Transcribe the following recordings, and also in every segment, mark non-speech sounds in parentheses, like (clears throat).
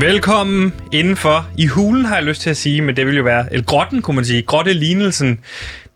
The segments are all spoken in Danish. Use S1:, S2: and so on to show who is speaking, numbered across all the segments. S1: Velkommen indenfor. I hulen har jeg lyst til at sige, men det vil jo være... Eller grotten, kunne man sige. Grottelignelsen.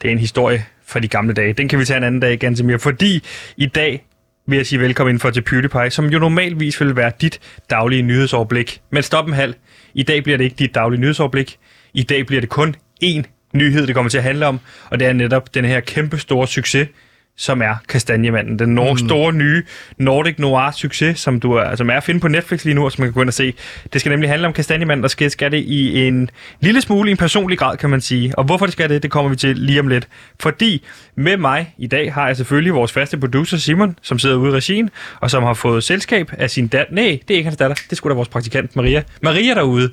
S1: Det er en historie fra de gamle dage. Den kan vi tage en anden dag, ganske mere. Fordi i dag vil jeg sige velkommen indenfor til PewDiePie, som jo normalvis vil være dit daglige nyhedsoverblik. Men stop en halv. I dag bliver det ikke dit daglige nyhedsoverblik. I dag bliver det kun én nyhed, det kommer til at handle om. Og det er netop den her kæmpe store succes, som er Kastanjemanden. Den nor- store nye Nordic Noir succes, som, du er, som er at finde på Netflix lige nu, og som man kan gå ind og se. Det skal nemlig handle om Kastanjemanden, og skal, skal det i en lille smule i en personlig grad, kan man sige. Og hvorfor det skal det, det kommer vi til lige om lidt. Fordi med mig i dag har jeg selvfølgelig vores faste producer Simon, som sidder ude i regien, og som har fået selskab af sin datter. Nej, det er ikke hans datter, det skulle da vores praktikant Maria. Maria derude.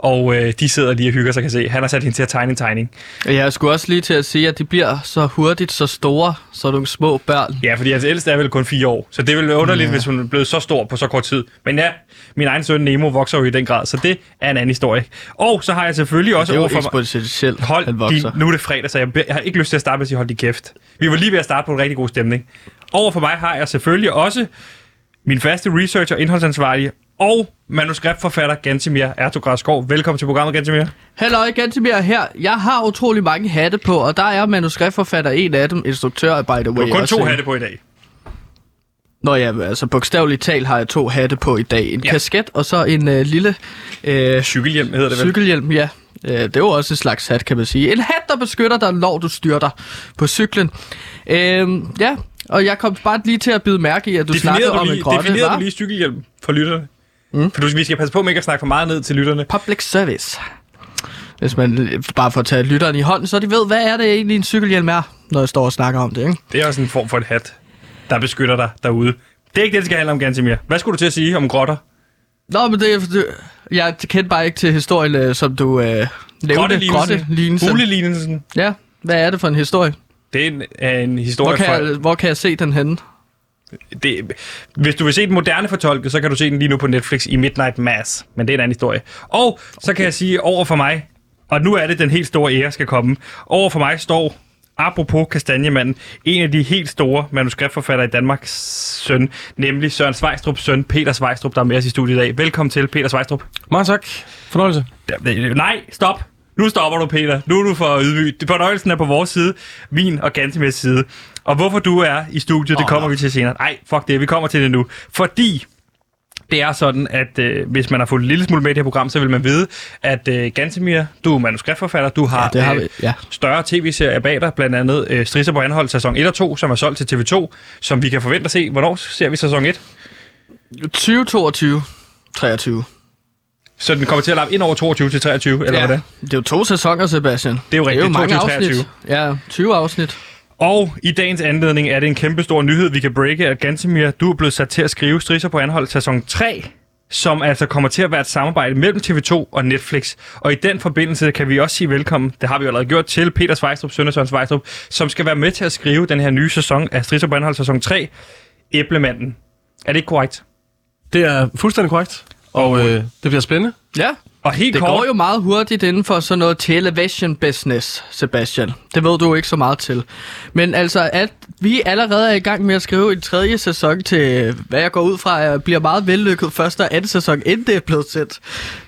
S1: Og øh, de sidder lige og hygger sig, kan jeg se. Han har sat hende til at tegne en tegning.
S2: Jeg skulle også lige til at sige, at de bliver så hurtigt så store, så nogle små børn.
S1: Ja, fordi hans ældste er vel kun fire år, så det ville være underligt, ja. hvis hun er blevet så stor på så kort tid. Men ja, min egen søn Nemo vokser jo i den grad, så det er en anden historie. Og så har jeg selvfølgelig også
S2: Det er jo
S1: overfor mig...
S2: eksponentielt,
S1: Hold
S2: han vokser.
S1: din, nu er det fredag, så jeg, be- jeg har ikke lyst til at starte med at sige, hold din kæft. Vi var lige ved at starte på en rigtig god stemning. Over for mig har jeg selvfølgelig også min faste researcher, indholdsansvarlige og manuskriptforfatter Gansimir Ertogradskov. Velkommen til programmet, Gansimir.
S2: Hallo igen til mere her. Jeg har utrolig mange hatte på, og der er manuskriptforfatter en af dem, instruktør, by the way.
S1: Du har kun
S2: også,
S1: to
S2: ikke?
S1: hatte på i dag.
S2: Nå ja, men altså bogstaveligt talt har jeg to hatte på i dag.
S1: Ja.
S2: En ja. kasket og så en øh, lille øh,
S1: Cykelhjem hedder det vel?
S2: cykelhjelm, ja. Øh, det er jo også en slags hat, kan man sige. En hat, der beskytter dig, når du styrter på cyklen. Øh, ja, og jeg kom bare lige til at bide mærke i, at du snakkede
S1: Definerede du,
S2: om
S1: lige,
S2: en grotte,
S1: definerede du
S2: var?
S1: lige cykelhjelm for lytterne? Mm. For du, vi skal passe på med ikke at snakke for meget ned til lytterne.
S2: Public service. Hvis man bare får taget lytteren i hånden, så de ved, hvad er det egentlig en cykelhjelm er, når jeg står og snakker om det, ikke?
S1: Det er også en form for et hat, der beskytter dig derude. Det er ikke det, det skal handle om, Gansimir. Hvad skulle du til at sige om grotter?
S2: Nå, men det er... Det, jeg kendte bare ikke til historien, øh, som du øh, nævnte. Grottelignelsen.
S1: Hulelignelsen.
S2: Ja, hvad er det for en historie?
S1: Det er en, er en
S2: Hvor
S1: historie
S2: kan,
S1: fra...
S2: jeg, hvor kan jeg se den henne?
S1: Det, hvis du vil se den moderne fortolket, så kan du se den lige nu på Netflix i Midnight Mass. Men det er en anden historie. Og så kan jeg sige over for mig, og nu er det den helt store ære skal komme. Over for mig står, apropos Kastanjemanden, en af de helt store manuskriptforfattere i Danmarks søn, nemlig Søren Svejstrups søn, Peter Svejstrup, der er med os i studiet i dag. Velkommen til, Peter Svejstrup.
S3: Mange tak. Fornøjelse.
S1: Nej, stop. Nu stopper du, Peter. Nu er du for ydmyg. Fornøjelsen er på vores side, min og Gantemers side. Og hvorfor du er i studiet, det
S2: Åh,
S1: kommer
S2: nå.
S1: vi til senere. Nej, fuck det, vi kommer til det nu. Fordi det er sådan, at øh, hvis man har fået en lille smule med i det her program, så vil man vide, at øh, Gantemir, du er manuskriptforfatter, du har, øh,
S2: det har vi, ja.
S1: større tv-serier bag dig, blandt andet øh, Strisser på Anhold, sæson 1 og 2, som er solgt til TV2, som vi kan forvente at se. Hvornår ser vi sæson 1?
S2: 2022. 23.
S1: Så den kommer til at lappe ind over 22 til 23, eller ja. hvordan?
S2: Det er jo to sæsoner, Sebastian. Det
S1: er jo rigtigt.
S2: Det er jo mange
S1: 22,
S2: afsnit.
S1: 23.
S2: Ja, 20 afsnit.
S1: Og i dagens anledning er det en kæmpe stor nyhed, vi kan breake, at Gantemir, du er blevet sat til at skrive Strisser på Anhold sæson 3, som altså kommer til at være et samarbejde mellem TV2 og Netflix. Og i den forbindelse kan vi også sige velkommen, det har vi jo allerede gjort, til Peter Svejstrup, Søndersøren Svejstrup, som skal være med til at skrive den her nye sæson af Strisser på Anhold sæson 3, Æblemanden. Er det ikke korrekt?
S3: Det er fuldstændig korrekt, og øh, det bliver spændende.
S2: Ja,
S1: Og helt
S2: det
S1: kort,
S2: går jo meget hurtigt inden for sådan noget television business, Sebastian. Det ved du jo ikke så meget til. Men altså, at vi allerede er i gang med at skrive en tredje sæson til, hvad jeg går ud fra, er- bliver meget vellykket første og anden sæson, inden det er blevet sendt.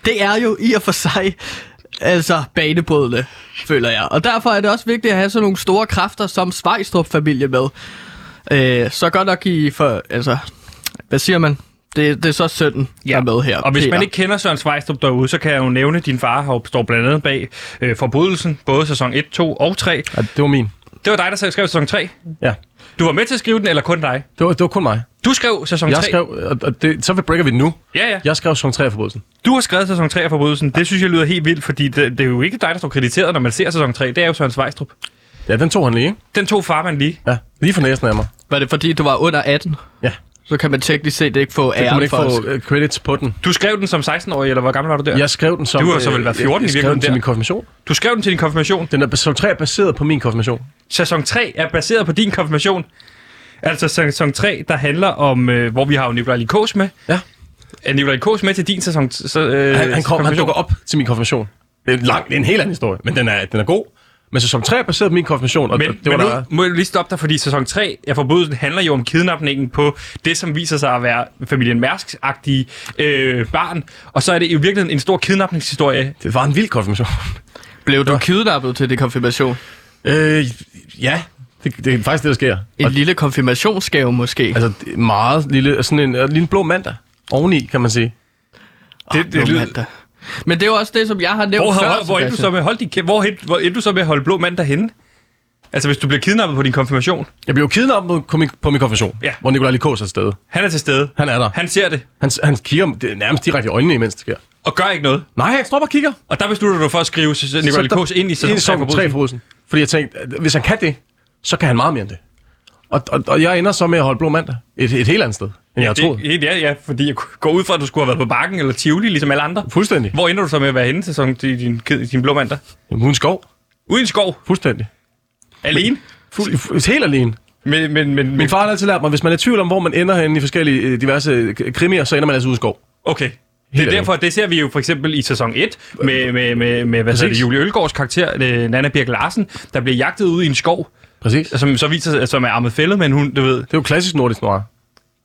S2: Det er jo i og for sig Altså banebrydende, føler jeg. Og derfor er det også vigtigt at have sådan nogle store kræfter som Svejstrup-familie med. Øh, så godt nok i for... Altså, hvad siger man? Det, det er så sønnen, ja. der er med her.
S1: Og hvis
S2: Peter.
S1: man ikke kender Søren Svejstrup derude, så kan jeg jo nævne, at din far har jo- står blandt andet bag øh, forbrydelsen, både sæson 1, 2 og 3.
S3: Ja, det var min.
S1: Det var dig, der selv skrev sæson 3.
S3: Ja.
S1: Du var med til at skrive den, eller kun dig?
S3: Det var, det var kun mig.
S1: Du skrev sæson 3.
S3: Jeg skrev, og- og det, så breaker vi den nu.
S1: Ja, ja.
S3: Jeg skrev som 3 af forbrydelsen.
S1: Du har skrevet sæson 3 af Forbrydelsen. Det synes jeg lyder helt vildt, fordi det, det er jo ikke dig, der står krediteret, når man ser sæson 3. Det er jo Søren Svejstrup.
S3: Ja, den tog han lige. ikke?
S1: Den tog farmand lige.
S3: Ja, lige for næsen af mig.
S2: Var det fordi, du var under 18?
S3: Ja,
S2: Så kan man teknisk set ikke få
S3: det kunne man
S2: æren
S3: ikke
S2: for
S3: få
S2: os.
S3: øh, credits på den.
S1: Du skrev den som 16-årig, eller hvor gammel var du der?
S3: Jeg skrev den som... øh,
S1: Du har så vel været 14 i
S3: jeg, jeg skrev
S1: virkeligheden
S3: den til
S1: der.
S3: min konfirmation.
S1: Du skrev den til din konfirmation.
S3: Den er som 3 er baseret på min konfirmation.
S1: Sæson 3 er baseret på din konfirmation. Altså sæson 3, der handler om, øh, hvor vi har jo Nicolai Likos med.
S3: Ja.
S1: Er Nicolai Likos med til din sæson? Så, øh,
S3: Han, han, kom, han
S1: konfirmation?
S3: dukker op til min konfirmation. Det er, en lang, det er en helt anden historie, men den er, den er god. Men sæson 3 er baseret på min konfirmation, og
S1: Men,
S3: det var
S1: men
S3: der...
S1: nu må jeg lige stoppe dig, fordi sæson 3 af Forbrydelsen handler jo om kidnapningen på det, som viser sig at være familien Mærsk-agtige øh, barn. Og så er det i virkeligheden en stor kidnapningshistorie.
S3: Det var en vild konfirmation.
S2: Blev du kidnappet til det konfirmation?
S3: øh, ja, det, det, er faktisk det, der sker.
S2: En
S3: Og,
S2: lille konfirmationsgave måske? Altså,
S3: altså, det er meget lille, sådan en, en lille blå mandag oveni, kan man sige.
S1: det- det lyder-
S2: Men det er jo også det, som jeg har nævnt
S1: Hvor,
S2: før,
S1: hvor, hvor, endte du så
S2: Sebastian.
S1: med, hold din, kæ- hvor, hen- hvor endte du så med at holde blå mand derhenne? Altså, hvis du bliver kidnappet på din konfirmation.
S3: Jeg blev jo kidnappet på min, på min konfirmation,
S1: Ja.
S3: hvor Nikolaj Likos er til stede.
S1: Han er til stede.
S3: Han er der. Han,
S1: Han ser det,
S3: han, han kigger det er nærmest direkte i øjnene, imens det sker.
S1: og gør ikke noget.
S3: Nej, han står bare og kigger.
S1: Og der beslutter du dig for at skrive s- s- Nicolai
S3: Så der-
S1: Likos ind i
S3: ind i
S1: sæson 3
S3: sæson 3
S1: Forbrydelsen.
S3: forbrydelsen. Fordi jeg tænkte, at hvis han kan det, så kan han meget mere end det. Og, og, og jeg ender så med at holde blå mandag et, et helt andet sted, end ja, jeg troede.
S1: Det, ja, ja, fordi jeg går ud fra, at du skulle have været på bakken eller Tivoli, ligesom alle andre.
S3: Fuldstændig.
S1: Hvor ender du så med at være henne sæson i din, kid- i din blå mandag?
S3: Uden skov.
S1: Uden skov.
S3: Fuldstændig.
S1: Alene.
S3: Fuld, fu- helt alene.
S1: Men, men, men,
S3: Min
S1: men
S3: far har altid lært mig, hvis man er i tvivl om, hvor man ender henne i forskellige øh, diverse øh, krimier, så ender man altså ude i skov.
S1: okay. Det
S3: Helt
S1: er
S3: ærligt.
S1: derfor, det ser vi jo for eksempel i sæson 1 med, med, med, med hvad hedder det,
S3: Præcis.
S1: Julie Ølgaards karakter, øh, Nana Birk Larsen, der bliver jagtet ude i en skov,
S3: Præcis. Det
S1: som så viser sig, som er armet fældet med en hund, du ved.
S3: er jo klassisk nordisk noir.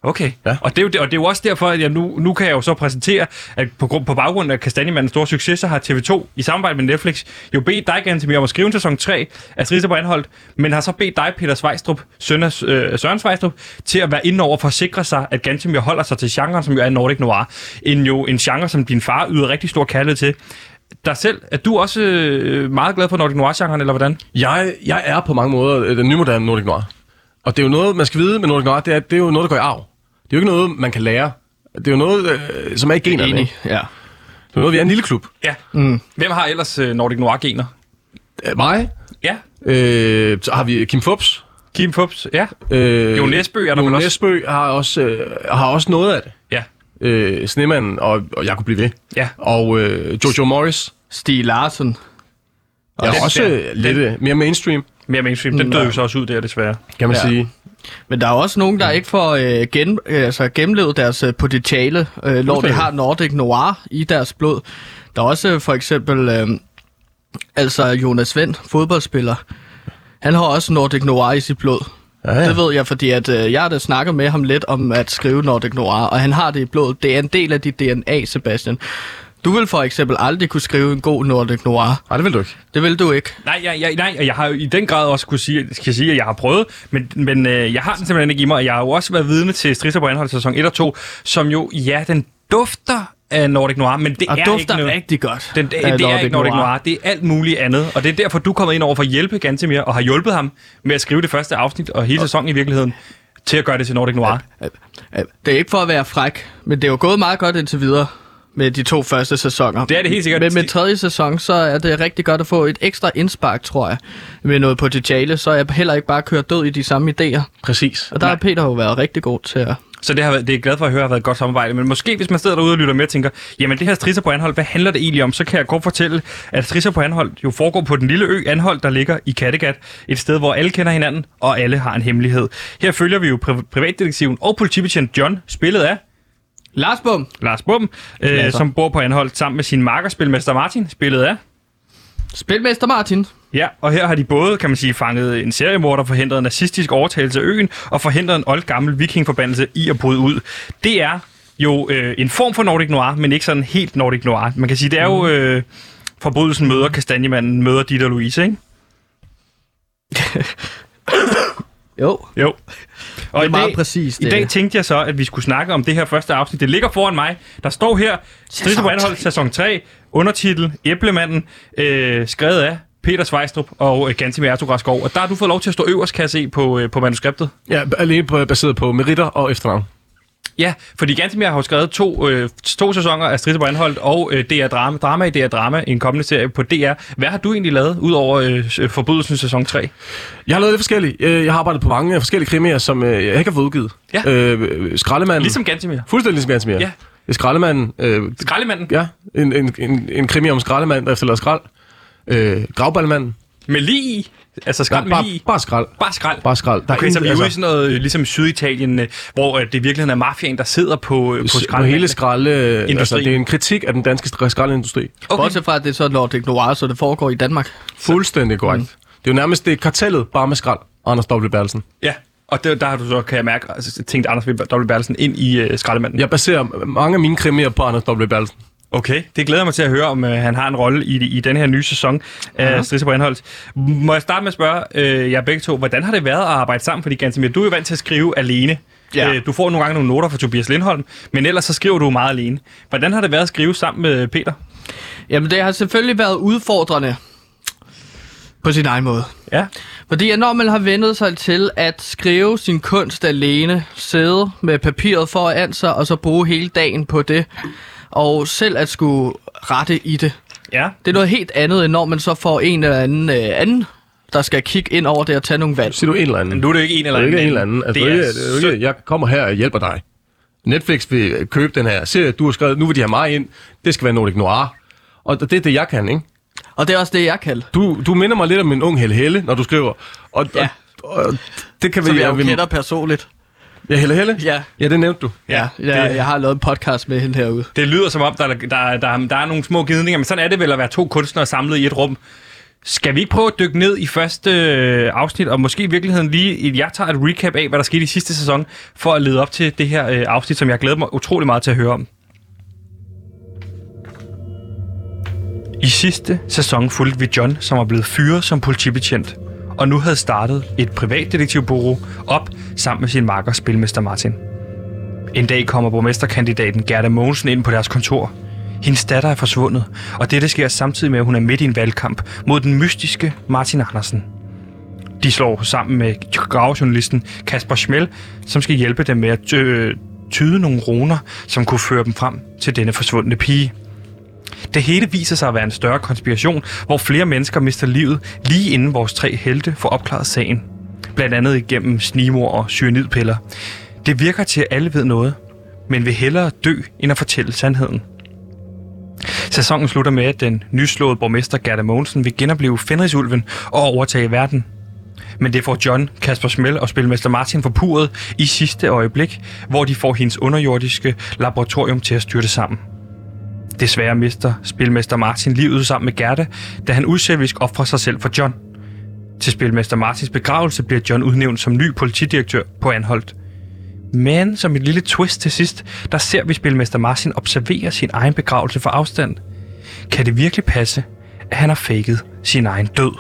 S1: Okay. Ja.
S3: Ja.
S1: Og, det er jo, det- og det er jo også derfor, at jeg nu, nu kan jeg jo så præsentere, at på, grund, på baggrund af Kastanjemandens store succes, så har TV2 i samarbejde med Netflix jo bedt dig, Gantemir, om at skrive en sæson 3 af Strisser på Anholdt, men har så bedt dig, Peter Svejstrup, søn af øh, Søren Svejstrup, til at være inde over for at sikre sig, at Gantemir holder sig til genren, som jo er Nordic Noir. En, jo, en genre, som din far yder rigtig stor kærlighed til. Dig selv, er du også øh, meget glad for Nordic Noir-genren, eller hvordan?
S3: Jeg, jeg er på mange måder øh, den nymoderne Nordic Noir. Og det er jo noget, man skal vide med Nordic Noir, det er, det er jo noget, der går i arv. Det er jo ikke noget, man kan lære. Det er jo noget, øh, som er i generne.
S2: Enig,
S3: ikke?
S2: ja.
S3: Det er noget, vi er en lille klub.
S1: Ja. Mm. Hvem har ellers øh, Nordic Noir-gener?
S3: Øh, mig,
S1: Ja.
S3: Øh, så har vi Kim Fubs.
S1: Kim Pups, ja.
S3: Øh,
S1: Jo Nesbø er der
S3: Jon
S1: vel også?
S3: Nesbø har også, øh, har også noget af det.
S1: Ja.
S3: Øh, Snemanden, og, og jeg kunne blive ved.
S1: Ja.
S3: Og øh, Jojo Morris.
S2: Stig Larsen.
S3: Jeg
S1: den
S3: er også
S1: der.
S3: øh, lidt øh, mere mainstream,
S1: Mere mainstream. Den døde jo så også ud der, desværre.
S3: kan man
S2: Ja.
S3: ja. sige.
S2: Men der er også nogen,
S1: Mm.
S2: der ikke får øh, gen, øh, altså, gennemlevet deres øh, potentiale, øh, når de har Nordic Noir i deres blod. Der er også øh, for eksempel øh, altså Jonas Svend, fodboldspiller. Han har også Nordic Noir i sit blod.
S3: Ja, ja.
S2: Det ved jeg, fordi at, øh, jeg har da snakket med ham lidt om at skrive Nordic Noir, og han har det i blodet. Det er en del af dit DNA, Sebastian. Du vil for eksempel aldrig kunne skrive en god Nordic Noir.
S3: Nej, det vil du ikke.
S2: Det vil du ikke.
S1: Nej, jeg, jeg, nej, og jeg har jo i den grad også kunne sige, skal sige at jeg har prøvet, men, men øh, jeg har den simpelthen ikke i mig, og jeg har jo også været vidne til Strisser på Anhold sæson 1 og 2, som jo, ja, den dufter af Nordic Noir, men det
S2: Og
S1: er ikke
S2: dufter
S1: noget.
S2: rigtig godt.
S1: Den, det,
S2: af
S1: det er ikke Nordic Noir, det er alt muligt andet, og det er derfor, du er kommet ind over for at hjælpe Gantemir, og har hjulpet ham med at skrive det første afsnit, og hele sæsonen i virkeligheden, til at gøre det til Nordic Noir.
S2: Øh, Det er ikke for at være fræk, men det er jo gået meget godt indtil videre med de to første sæsoner.
S1: Det er det helt sikkert.
S2: Men med tredje sæson, så er det rigtig godt at få et ekstra indspark, tror jeg, med noget potentiale, så jeg heller ikke bare kører død i de samme idéer.
S3: Præcis.
S2: Og der har Peter jo været rigtig god til at...
S1: Så det, har, været- det er jeg glad for at høre har været et godt samarbejde. Men måske hvis man sidder derude og lytter med og tænker, jamen det her Strisser på Anhold, hvad handler det egentlig om? Så kan jeg godt fortælle, at Strisser på Anhold jo foregår på den lille ø Anhold, der ligger i Kattegat. Et sted, hvor alle kender hinanden, og alle har en hemmelighed. Her følger vi jo pri- privatdetektiven og politibetjent John, spillet af
S2: Lars Bum!
S1: Lars Bum, øh, som bor på Anhold sammen med sin markerspilmester Martin, spillet af
S2: Spilmester Martin!
S1: Ja, og her har de både, kan man sige, fanget en seriemorder, forhindret en nazistisk overtagelse af øen, og forhindret en oldgammel vikingforbandelse i at bryde ud. Det er jo øh, en form for Nordic Noir, men ikke sådan helt Nordic Noir. Man kan sige, det er
S2: Mm.
S1: jo... Øh, forbrydelsen møder kastanjemanden, møder dit og Louise, ikke?
S2: Jo,
S1: Jo. Og
S2: det
S1: i
S2: er meget
S1: dag,
S2: præcist.
S1: i
S2: det
S1: dag
S2: er.
S1: tænkte jeg så, at vi skulle snakke om det her første afsnit. Det ligger foran mig. Der står her, Strid på
S2: tre.
S1: Anhold, sæson 3, undertitel, Æblemanden, øh, skrevet af Peter Svejstrup og øh, Gantemir Ertugradskov. Og der har du fået lov til at stå øverst, kan jeg se, på, øh, på manuskriptet.
S3: Ja, b- alene på, baseret på meritter og efternavn.
S1: Ja, fordi Gantemir har jo skrevet to, øh, to sæsoner af Strid på Anhold og øh, DR Drama, Drama i DR Drama, en kommende serie på DR. Hvad har du egentlig lavet, ud over øh, s- øh, Forbrydelsen sæson 3?
S3: Jeg har lavet lidt forskelligt. Øh, Jeg har arbejdet på mange øh, forskellige krimier, som øh, jeg ikke har fået udgivet.
S1: Ja.
S3: Øh, øh, Skraldemanden.
S1: Ligesom Gantemir.
S3: Fuldstændig ligesom Gansomir.
S1: Ja.
S3: Skraldemanden. Øh,
S1: Skraldemanden
S3: ja, en, en, en, en krimi om en skraldemand, der efterlader skrald. Øh, Gravballemanden.
S1: med lige i. Altså skrald med
S3: bare,
S1: lige i.
S3: bare skrald.
S1: Bare skrald.
S3: Bare skrald. Der er
S1: Okay, så vi er ude i
S3: altså,
S1: sådan noget, øh, ligesom Syditalien, øh, hvor øh, det virkelig er mafiaen, der sidder på, øh, på
S3: på, på
S1: skrald.
S3: hele skralde... Altså,
S1: Industri.
S3: det er en kritik af den danske skraldeindustri.
S2: Okay. Bortset fra, at det er så Nordic Noir, så det foregår i Danmark.
S1: Mm.
S3: Fuldstændig korrekt. Det er jo nærmest det er kartellet, bare med skrald og Anders W. Bertelsen.
S1: Ja, og der, der har du så, kan jeg mærke, altså, tænkt Anders W. Bertelsen ind i øh, skraldemanden.
S3: Jeg baserer mange af mine krimier på Anders W. Bertelsen.
S1: Okay, det glæder jeg mig til at høre, om øh, han har en rolle i, i den her nye sæson af Strisser på Anholdt. Må jeg starte med at spørge øh, jer begge to, hvordan har det været at arbejde sammen? Fordi Gansimir, du er jo vant til at skrive alene.
S2: Ja.
S1: Øh, du får nogle gange nogle noter fra Tobias Lindholm, men ellers så skriver du meget alene. Hvordan har det været at skrive sammen med Peter?
S2: Jamen, det har selvfølgelig været udfordrende. På sin egen måde.
S1: Ja,
S2: Fordi at når man har vendet sig til at skrive sin kunst alene, sidde med papiret foran sig, og så bruge hele dagen på det, og selv at skulle rette i det.
S1: ja.
S2: Det er noget helt andet, end når man så får en eller anden, øh, anden der skal kigge ind over det og tage nogle valg.
S3: Siger du en eller anden?
S1: Men du er det jo ikke en eller
S3: Det er
S1: anden.
S3: ikke en eller anden. Altså, det, er, det er jo
S1: sødt.
S3: ikke, jeg kommer her og hjælper dig. Netflix vil købe den her serie, du har skrevet. Nu vil de have mig ind. Det skal være Nordic Noir. Og det er det, jeg kan, ikke?
S2: Og det er også det, jeg kan.
S3: Du, du minder mig lidt om en ung Helle Helle, når du skriver. Og,
S2: Ja.
S3: og, og det kan
S2: Som
S3: vi...
S2: jeg jo
S3: vi-
S2: kender personligt.
S3: Ja, Helle Helle?
S2: Ja.
S3: Ja, det nævnte du.
S1: Ja,
S2: jeg,
S1: det-
S2: jeg har lavet en podcast med hende herude.
S1: Det lyder som om, der, der, der, der, der er nogle små gidninger, men sådan er det vel at være to kunstnere samlet i et rum. Skal vi ikke prøve at dykke ned i første øh, afsnit, og måske i virkeligheden lige, jeg tager et recap af, hvad der skete i sidste sæson, for at lede op til det her øh, afsnit, som jeg glæder mig utrolig meget til at høre om. I sidste sæson fulgte vi John, som var blevet fyret som politibetjent, og nu havde startet et privatdetektivbureau op sammen med sin makker, spilmester Martin. En dag kommer borgmesterkandidaten Gerda Mogensen ind på deres kontor. Hendes datter er forsvundet, og dette sker samtidig med, at hun er midt i en valgkamp mod den mystiske Martin Andersen. De slår sammen med gravejournalisten Kasper Schmel, som skal hjælpe dem med at tø- tyde nogle roner, som kunne føre dem frem til denne forsvundne pige. Det hele viser sig at være en større konspiration, hvor flere mennesker mister livet lige inden vores tre helte får opklaret sagen. Blandt andet igennem snimor og cyanidpiller. Det virker til, at alle ved noget, men vil hellere dø, end at fortælle sandheden. Sæsonen slutter med, at den nyslåede borgmester Gerda Mogensen vil genopleve Fenrisulven og overtage verden. Men det får John, Kasper Schmel og spilmester Martin forpuret i sidste øjeblik, hvor de får hendes underjordiske laboratorium til at styrte sammen. Desværre mister spilmester Martin livet sammen med Gerda, da han uselvisk offrer sig selv for John. Til spilmester Martins begravelse bliver John udnævnt som ny politidirektør på Anholdt. Men som et lille twist til sidst, der ser vi spilmester Martin observere sin egen begravelse fra afstand. Kan det virkelig passe, at han har faked sin egen død?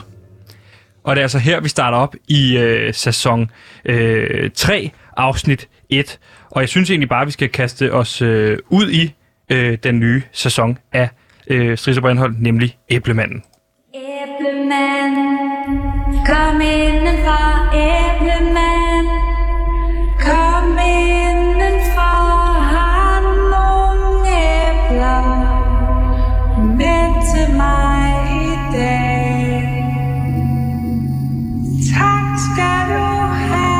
S1: Og det er altså her, vi starter op i øh, sæson øh, 3, afsnit 1. Og jeg synes egentlig bare, at vi skal kaste os øh, ud i øh, den nye sæson af øh, Strisser Brindhold, nemlig Æblemanden.
S4: Æblemand, kom indenfor, æblemand, kom indenfor, har du nogle æbler med til mig i dag? Tak skal du have.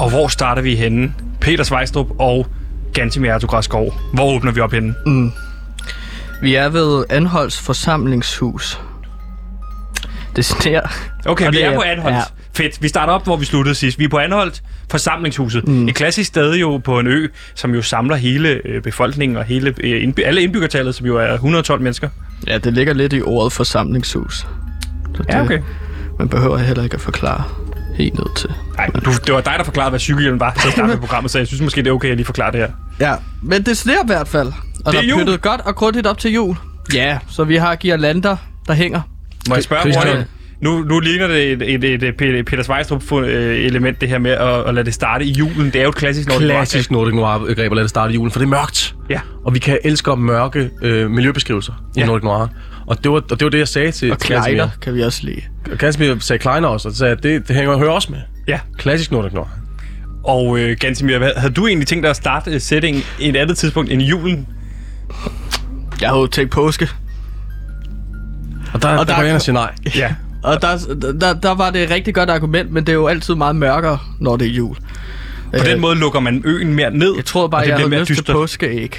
S1: Og hvor starter vi henne? Peter Svejstrup og Gantimir Ertugræsgaard. Hvor åbner vi op henne?
S2: Vi er ved Anholds forsamlingshus. Det sneer.
S1: Okay,
S2: Og
S1: vi
S2: det
S1: er
S2: er-
S1: på Anholdt. Ja.
S2: ja.
S1: Fedt. Vi starter op, hvor vi sluttede sidst. Vi er på Anholdt, forsamlingshuset. Mm. Et klassisk sted jo på en ø, som jo samler hele øh, befolkningen og hele, øh, indby- alle indbyggertallet, som jo er 112 mennesker.
S2: (laughs) Ja, det ligger lidt i ordet forsamlingshus. Så det, Man behøver heller ikke at forklare helt ned til.
S1: Nej, du, det var dig, der forklarede, hvad cykelhjelm var til at starte med programmet, så jeg synes måske, det er okay, at jeg lige forklarer det her.
S2: Ja, men det sneer i hvert fald. Og
S1: Det er
S2: der
S1: jul.
S2: pyttet godt og grundigt op til jul. Ja, så vi har girlander, der hænger.
S1: Må jeg spørge
S3: Christian.
S1: hurtigt? Nu, nu ligner det et, et, et, et Pe- Peter Svejstrup-element, det her med at, at lade det starte i julen. Det er jo et klassisk Nordic Rock.
S3: Klassisk Nordic Noir-greb at lade det starte i julen, for det er mørkt.
S1: Ja.
S3: Og vi kan elske at mørke øh, miljøbeskrivelser ja.
S1: Ja.
S3: i Nordic Noir. Og det, var, og det var det, jeg sagde til
S2: Og
S3: til Casimir.
S2: kleider kan vi også lide.
S3: Og Casimir sagde Kleiner også, og så sagde jeg, det, det hænger hører også med.
S1: Ja,
S3: Klassisk Nordic Noir.
S1: og øh, Gansimir, hvad- havde du egentlig tænkt dig at starte øh, settingen et andet tidspunkt end i julen?
S2: Jeg har jo tænkt påske.
S3: Og der, og der,
S2: der
S3: der
S2: er-
S3: går jeg ind og siger nej.
S1: Ja.
S2: Og der, der, der var det et rigtig godt argument, men det er jo altid meget mørkere, når det er jul. Øh,
S1: På den måde lukker man øen mere ned,
S2: Jeg tror bare,
S1: og det
S2: jeg
S1: bliver
S2: havde
S1: mere
S2: lyst til
S1: dystert.
S2: påskeæg.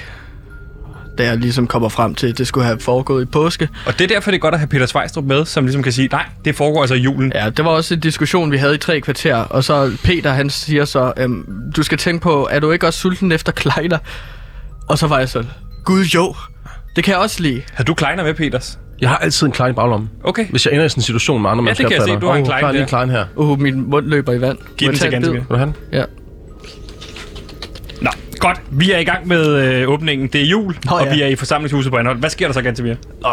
S2: Da jeg ligesom kommer frem til, at det skulle have foregået i påske.
S1: Og det er derfor, det er godt at have Peter Svejstrup med, som ligesom kan sige, nej, det foregår altså i julen.
S2: Ja, det var også en diskussion, vi havde i tre kvarter. Og så Peter, han siger så, øhm, du skal tænke på, er du ikke også sulten efter kleiner? Og så var jeg så, gud jo, det kan jeg også lide.
S1: Har du kleiner med, Peters?
S3: Jeg har altid en klein i baglommen.
S1: Okay.
S3: Hvis jeg ender i sådan en situation med andre mennesker,
S1: det kan jeg
S3: fatter,
S1: se. Du har en
S3: "Åh,
S1: Klein
S3: der er lige en
S1: der."
S3: klein her.
S2: Uh, min mund løber i vand. Må
S1: Giv
S2: jeg
S1: den til
S2: tage en bid?
S1: ganske.
S3: Vil du have den?
S2: Ja.
S1: Nå, godt. Vi er i gang med øh, åbningen. Det er jul,
S2: Nå,
S1: og
S2: ja.
S1: vi er i forsamlingshuset på Anhold. Hvad sker der så, Gantemir?
S2: Nå.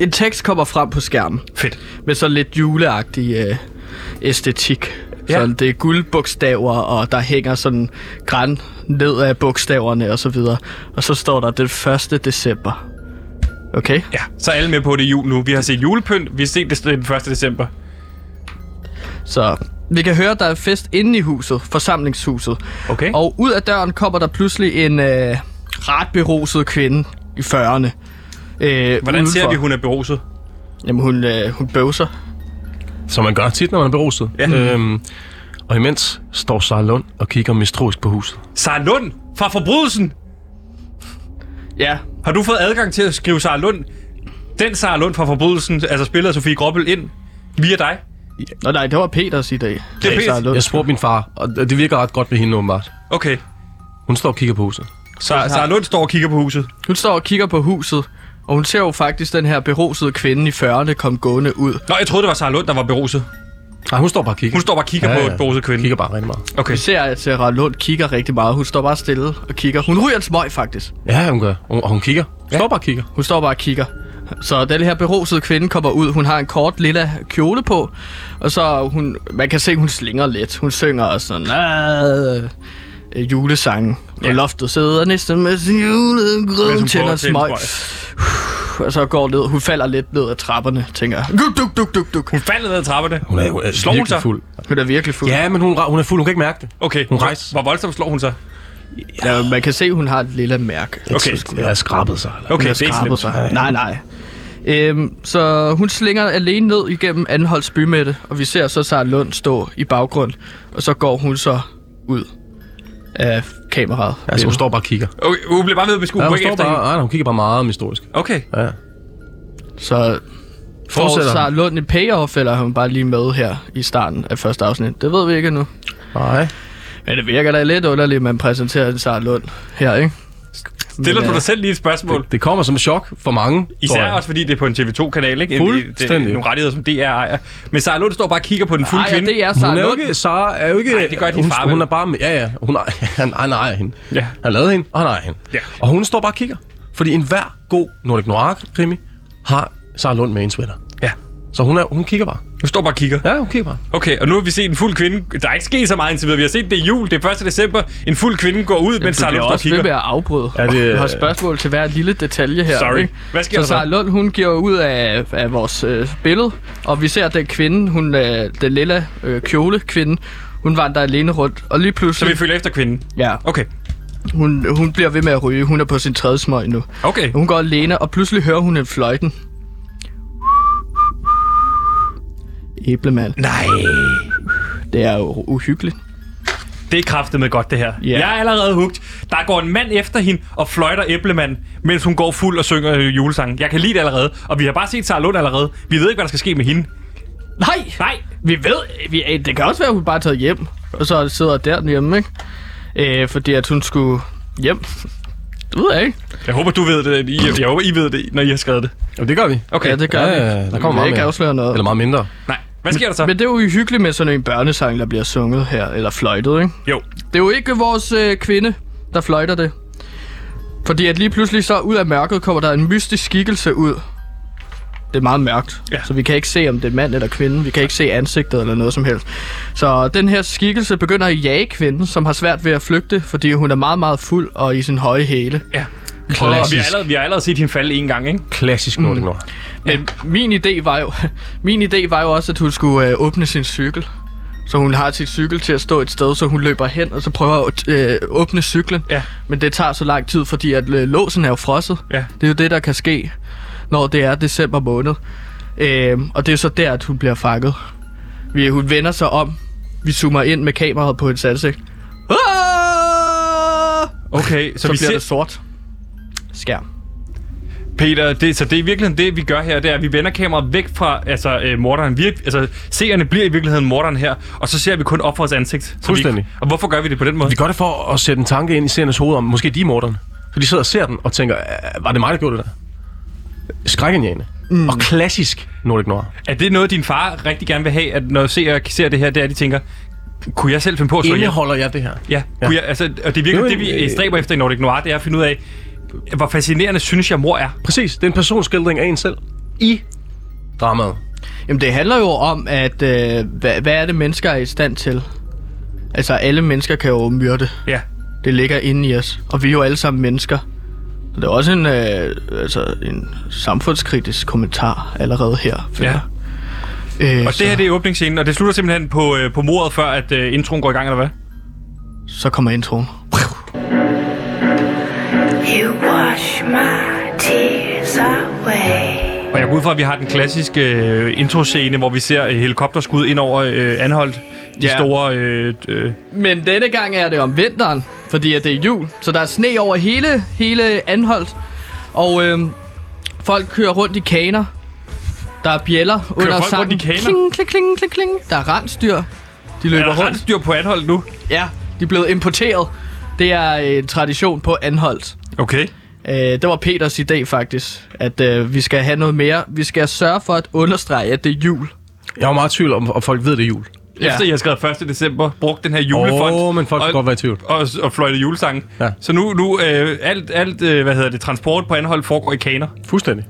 S2: En tekst kommer frem på skærmen.
S1: Fedt.
S2: med sådan lidt juleagtig øh, æstetik.
S1: Ja.
S2: Ja. Sådan, det er guldbogstaver, og der hænger sådan græn ned af bogstaverne og så videre. Og så står der den 1. december. Okay?
S1: Ja, så er alle med på at det er jul nu. Vi har set julepynt, vi har set det den 1. december.
S2: Så vi kan høre, der er fest inde i huset, forsamlingshuset.
S1: Okay.
S2: Og ud af døren kommer der pludselig en øh, ret beruset kvinde i 40'erne. Øh,
S1: Hvordan ser
S2: udenfor.
S1: vi, hun er beruset?
S2: Jamen, hun, øh, hun bøvser.
S3: Som man gør tit, når man er beruset.
S1: Ja.
S3: Øhm, og imens står Sara Lund og kigger mistroisk på huset.
S1: Sara Lund fra Forbrydelsen!
S2: Ja,
S1: Har du fået adgang til at skrive Sara Lund? Den Sara Lund fra Forbrydelsen, altså spiller Sofie Groppel ind via dig.
S2: Nå nej, det var Peters i dag.
S1: Det er Peters.
S2: Sara Lund.
S3: Jeg spurgte min far, og det virker ret godt ved hende åbenbart.
S1: Okay.
S3: Hun står og kigger på huset.
S1: Så Sara Lund står og kigger på huset.
S2: Hun står og kigger på huset, og hun ser jo faktisk den her berosede kvinde i 40'erne komme gående ud.
S1: Nå, jeg troede, det var Sara Lund, der var beruset.
S3: Nej, hun står bare og kigger.
S1: Hun står bare og kigger på et beruset kvinde.
S3: Kigger bare rigtig meget.
S1: Okay.
S2: Vi ser, at Sarah Lund kigger rigtig meget. Hun står bare stille og kigger. Hun ryger en smøg, faktisk.
S3: Ja, hun gør. Og og hun kigger. Hun står bare og kigger.
S2: Hun står bare og kigger. Så den her berosede kvinde kommer ud. Hun har en kort lilla kjole på, og så hun, man kan se, hun slinger lidt. Hun synger og sådan "Ah", øh, julesangen. På
S1: Ja.
S2: loftet sidder næsten med sin
S1: Mens hun
S2: julegrøn
S1: prøver
S2: tænder
S1: at tænde
S2: smøg.
S1: en
S2: Og så går ned. Hun falder lidt ned ad trapperne, tænker jeg. Duk, duk, duk, duk, duk.
S1: Hun faldt ned ad trapperne.
S3: Hun er, hun er
S1: Slår hun
S3: virkelig
S1: sig?
S3: fuld.
S2: Hun er virkelig fuld.
S3: Ja, men hun, ra- hun er fuld. Hun kan ikke mærke det.
S1: Okay.
S3: Hun rejser.
S1: Hvor voldsomt slår hun sig?
S2: Ja, man kan se, at hun har et lille mærke.
S1: Okay.
S3: Jeg har skrabet sig. Eller?
S1: Okay,
S2: Hun har
S1: det er ikke
S2: skrabet
S1: slemt.
S2: sig. Nej, nej. Øhm, så hun slinger alene ned igennem Anholds bymætte, og vi ser så Sara Lund stå i baggrund, og så går hun så ud af kameraet.
S3: Altså, hun står bare og kigger.
S1: Okay, hun bliver bare ved, at vi skulle
S3: Ja,
S1: gå
S3: hun,
S1: ikke
S3: står
S1: efter
S3: bare,
S1: hende.
S3: nej, nej, hun kigger bare meget mistorisk.
S1: Okay.
S3: Ja. ja.
S2: Så får
S3: Fortsætter.
S2: Sara Lund en payoff, eller er hun bare lige med her i starten af første afsnit? Det ved vi ikke endnu.
S3: Nej.
S2: Men det virker da lidt underligt, at man præsenterer en Sara Lund her, ikke?
S1: Stiller
S2: Men,
S1: du
S2: øh,
S1: dig selv lige et spørgsmål?
S3: Det kommer som et chok for mange. tror
S1: Især
S3: jeg.
S1: også fordi det er på en TV2-kanal, ikke? Det- Det, det er
S3: Fuldstændig.
S1: nogle rettigheder, som DR ejer. Men Sara Lund står bare og kigger på den fulde
S2: Nej, Ah, ja,
S1: kvinde.
S2: det er
S3: Hun
S2: Sara
S3: er jo
S2: Lund.
S3: ikke, Sara er jo ikke...
S1: Nej, det gør din
S3: hun,
S1: far, vel?
S3: Hun er bare... Ja, ja. Hun er, (laughs) han, han ejer hende.
S1: Ja.
S3: Han lavede hende, og han ejer hende.
S1: Ja.
S3: Og hun står bare og kigger. Fordi enhver god Nordic Noir-krimi har Sara Lund med en sweater.
S1: Ja.
S3: Så hun, er, hun kigger bare.
S1: Hun står bare og kigger.
S3: Ja, hun kigger bare.
S1: Okay, og nu har vi set en fuld kvinde. Der er ikke sket så meget indtil videre. Vi har set det i jul, det er 1. december. En fuld kvinde går ud, mens
S2: Du
S1: Sara Lund står
S2: bliver
S1: og
S2: også ved med
S1: kigger.
S2: at afbryde.
S3: Ja,
S2: Ja,
S3: det-
S2: det, du har spørgsmål til hver lille detalje her.
S1: Sorry.
S2: Ikke?
S1: Hvad sker der
S2: så
S1: så?
S2: Sara Lund, hun giver ud af, af vores øh, billede, og vi ser den kvinde, hun, øh, den lille øh, kjole kvinde, hun vandrer alene rundt, og lige
S1: Så vi
S2: pludselig,
S1: følger efter kvinden.
S2: ja,
S1: Okay.
S2: hun, hun bliver ved med at ryge, hun er på sin tredje smøg nu.
S1: Okay.
S2: Hun går alene, og pludselig hører hun en fløjten. Æblemand,
S1: Nej.
S2: det er jo uhyggeligt.
S1: Det er kraftet med godt, det her.
S2: Ja.
S1: Jeg er allerede hugt. Der går en mand efter hende og fløjter æblemand, mens hun går fuld og synger øh, julesangen. Jeg kan lide det allerede. Og vi har bare set Sara Lund allerede. Vi ved ikke, hvad der skal ske med hende.
S2: Nej!
S1: Nej.
S2: Vi ved, vi, øh, det kan også være, at hun bare er taget hjem, og så sidder der hjemme, ikke? Øh, fordi at hun skulle hjem. Det ved jeg ikke.
S1: Jeg håber, du ved det. I, jeg håber, I ved det, når I har skrevet det.
S3: Jamen, det gør vi.
S1: Okay.
S2: Ja, det gør
S3: Ja,
S2: vi.
S3: ja, der
S2: Vi
S3: kommer
S2: vil
S3: meget
S2: ikke
S3: mere.
S2: afsløre noget.
S3: Eller meget mindre.
S1: Nej. Hvad sker der så?
S2: Men det er jo uhyggeligt med sådan en børnesang, der bliver sunget her, eller fløjtet, ikke?
S1: Jo.
S2: Det er jo ikke vores øh, kvinde, der fløjter det. Fordi at lige pludselig så ud af mørket kommer der en mystisk skikkelse ud. Det er meget mørkt,
S1: Ja.
S2: ja. så vi kan ikke se, om det er mand eller kvinde. Vi kan ikke se ansigtet eller noget som helst. Så den her skikkelse begynder at jage kvinden, som har svært ved at flygte, fordi hun er meget, meget fuld og i sin høje hæle.
S1: Ja. Og vi, har
S3: Klassisk,
S1: allerede, Mm. vi har allerede set hende falde en gang, ikke?
S3: klassisk Nordic Noir.
S2: Men min idé var jo, (laughs) min idé var jo også, at hun skulle øh, åbne sin cykel. Så hun har sin cykel til at stå et sted, så hun løber hen, og så prøver at øh, åbne cyklen.
S1: Ja.
S2: Men det tager så lang tid, fordi at øh, låsen er jo frosset.
S1: Ja.
S2: Det er jo det, der kan ske, når det er december måned. Øhm, og det er jo så der, at hun bliver fanget. Vi, hun vender sig om, vi zoomer ind med kameraet på hendes ansigt. Ah!
S1: Okay, så,
S2: Så
S1: vi
S2: bliver
S1: ser...
S2: det sort. Skærm.
S1: Peter, det, så det er i virkeligheden det, vi gør her, det er, at vi vender kameraet væk fra altså, øh, morderen. Vi, altså, seerne bliver i virkeligheden morderen her, og så ser vi kun offerets ansigt. Så vi ikke-
S3: Fuldstændig.
S1: Og hvorfor gør vi det på den måde?
S3: Vi gør det for at sætte en tanke ind i seernes hoved om, måske de er morderen. Så de sidder og ser den og tænker, "Øh, var det mig, der gjorde det der? Skrækindjagende. Mm. Og klassisk Nordic Noir.
S1: Er det noget, din far rigtig gerne vil have, at når seere ser det her, det er, at de tænker, kunne jeg selv finde på at slå ihjel?
S3: Indeholder jeg det her?
S1: Ja,
S3: Ja.
S1: kunne jeg, altså, og det er
S3: Det er jo
S1: virkelig det, vi
S3: en,
S1: øh,
S3: øh,
S1: stræber efter i Nordic Noir, det er at finde ud af, hvor fascinerende synes jeg, mor er.
S3: Præcis, det er en personskildring af en selv. I dramaet.
S2: Jamen, det handler jo om, at øh, hvad, hvad er det, mennesker er i stand til? Altså, alle mennesker kan jo myrde.
S1: Ja.
S2: Det ligger inde i os. Og vi er jo alle sammen mennesker. Så det er også en, øh, altså, en samfundskritisk kommentar allerede her. føler
S1: Ja.
S2: jeg. Øh,
S1: Og det her, det er åbningsscenen, og det slutter simpelthen på, øh, på mordet, før at øh, introen går i gang, eller hvad?
S2: Så kommer introen.
S5: You wash my tears away.
S1: Og jeg går ud fra, at vi har den klassiske øh, introscene, hvor vi ser øh, helikopterskud ind over øh, Anholdt. De
S2: Ja.
S1: store... Øh, øh,
S2: Men denne gang er det om vinteren, fordi at det er jul. Så der er sne over hele, hele Anholdt. Og øh, folk kører rundt i kaner. Der er bjæller kører under
S1: folk
S2: sangen.
S1: rundt i kaner?
S2: Kling, kling, kling, kling, kling. Der er rensdyr. De
S1: er
S2: løber
S1: der
S2: rundt.
S1: rensdyr på Anholdt nu?
S2: Ja, de er blevet importeret. Det er en tradition på Anholdt.
S1: Okay.
S2: Øh, det var Peters idé faktisk, at øh, vi skal have noget mere. Vi skal sørge for at understrege, at det er jul.
S3: Jeg var meget i tvivl om, om folk ved, det er jul.
S1: Ja. Efter jeg skrev 1. december, brugte den her julefond.
S3: Åh, men folk kan
S1: og,
S3: godt være i tvivl.
S1: Og, og fløjte julesange.
S3: Ja.
S1: Så nu, nu øh, alt, alt øh, hvad hedder det, transport på Anholdt foregår i kaner.
S3: Fuldstændig.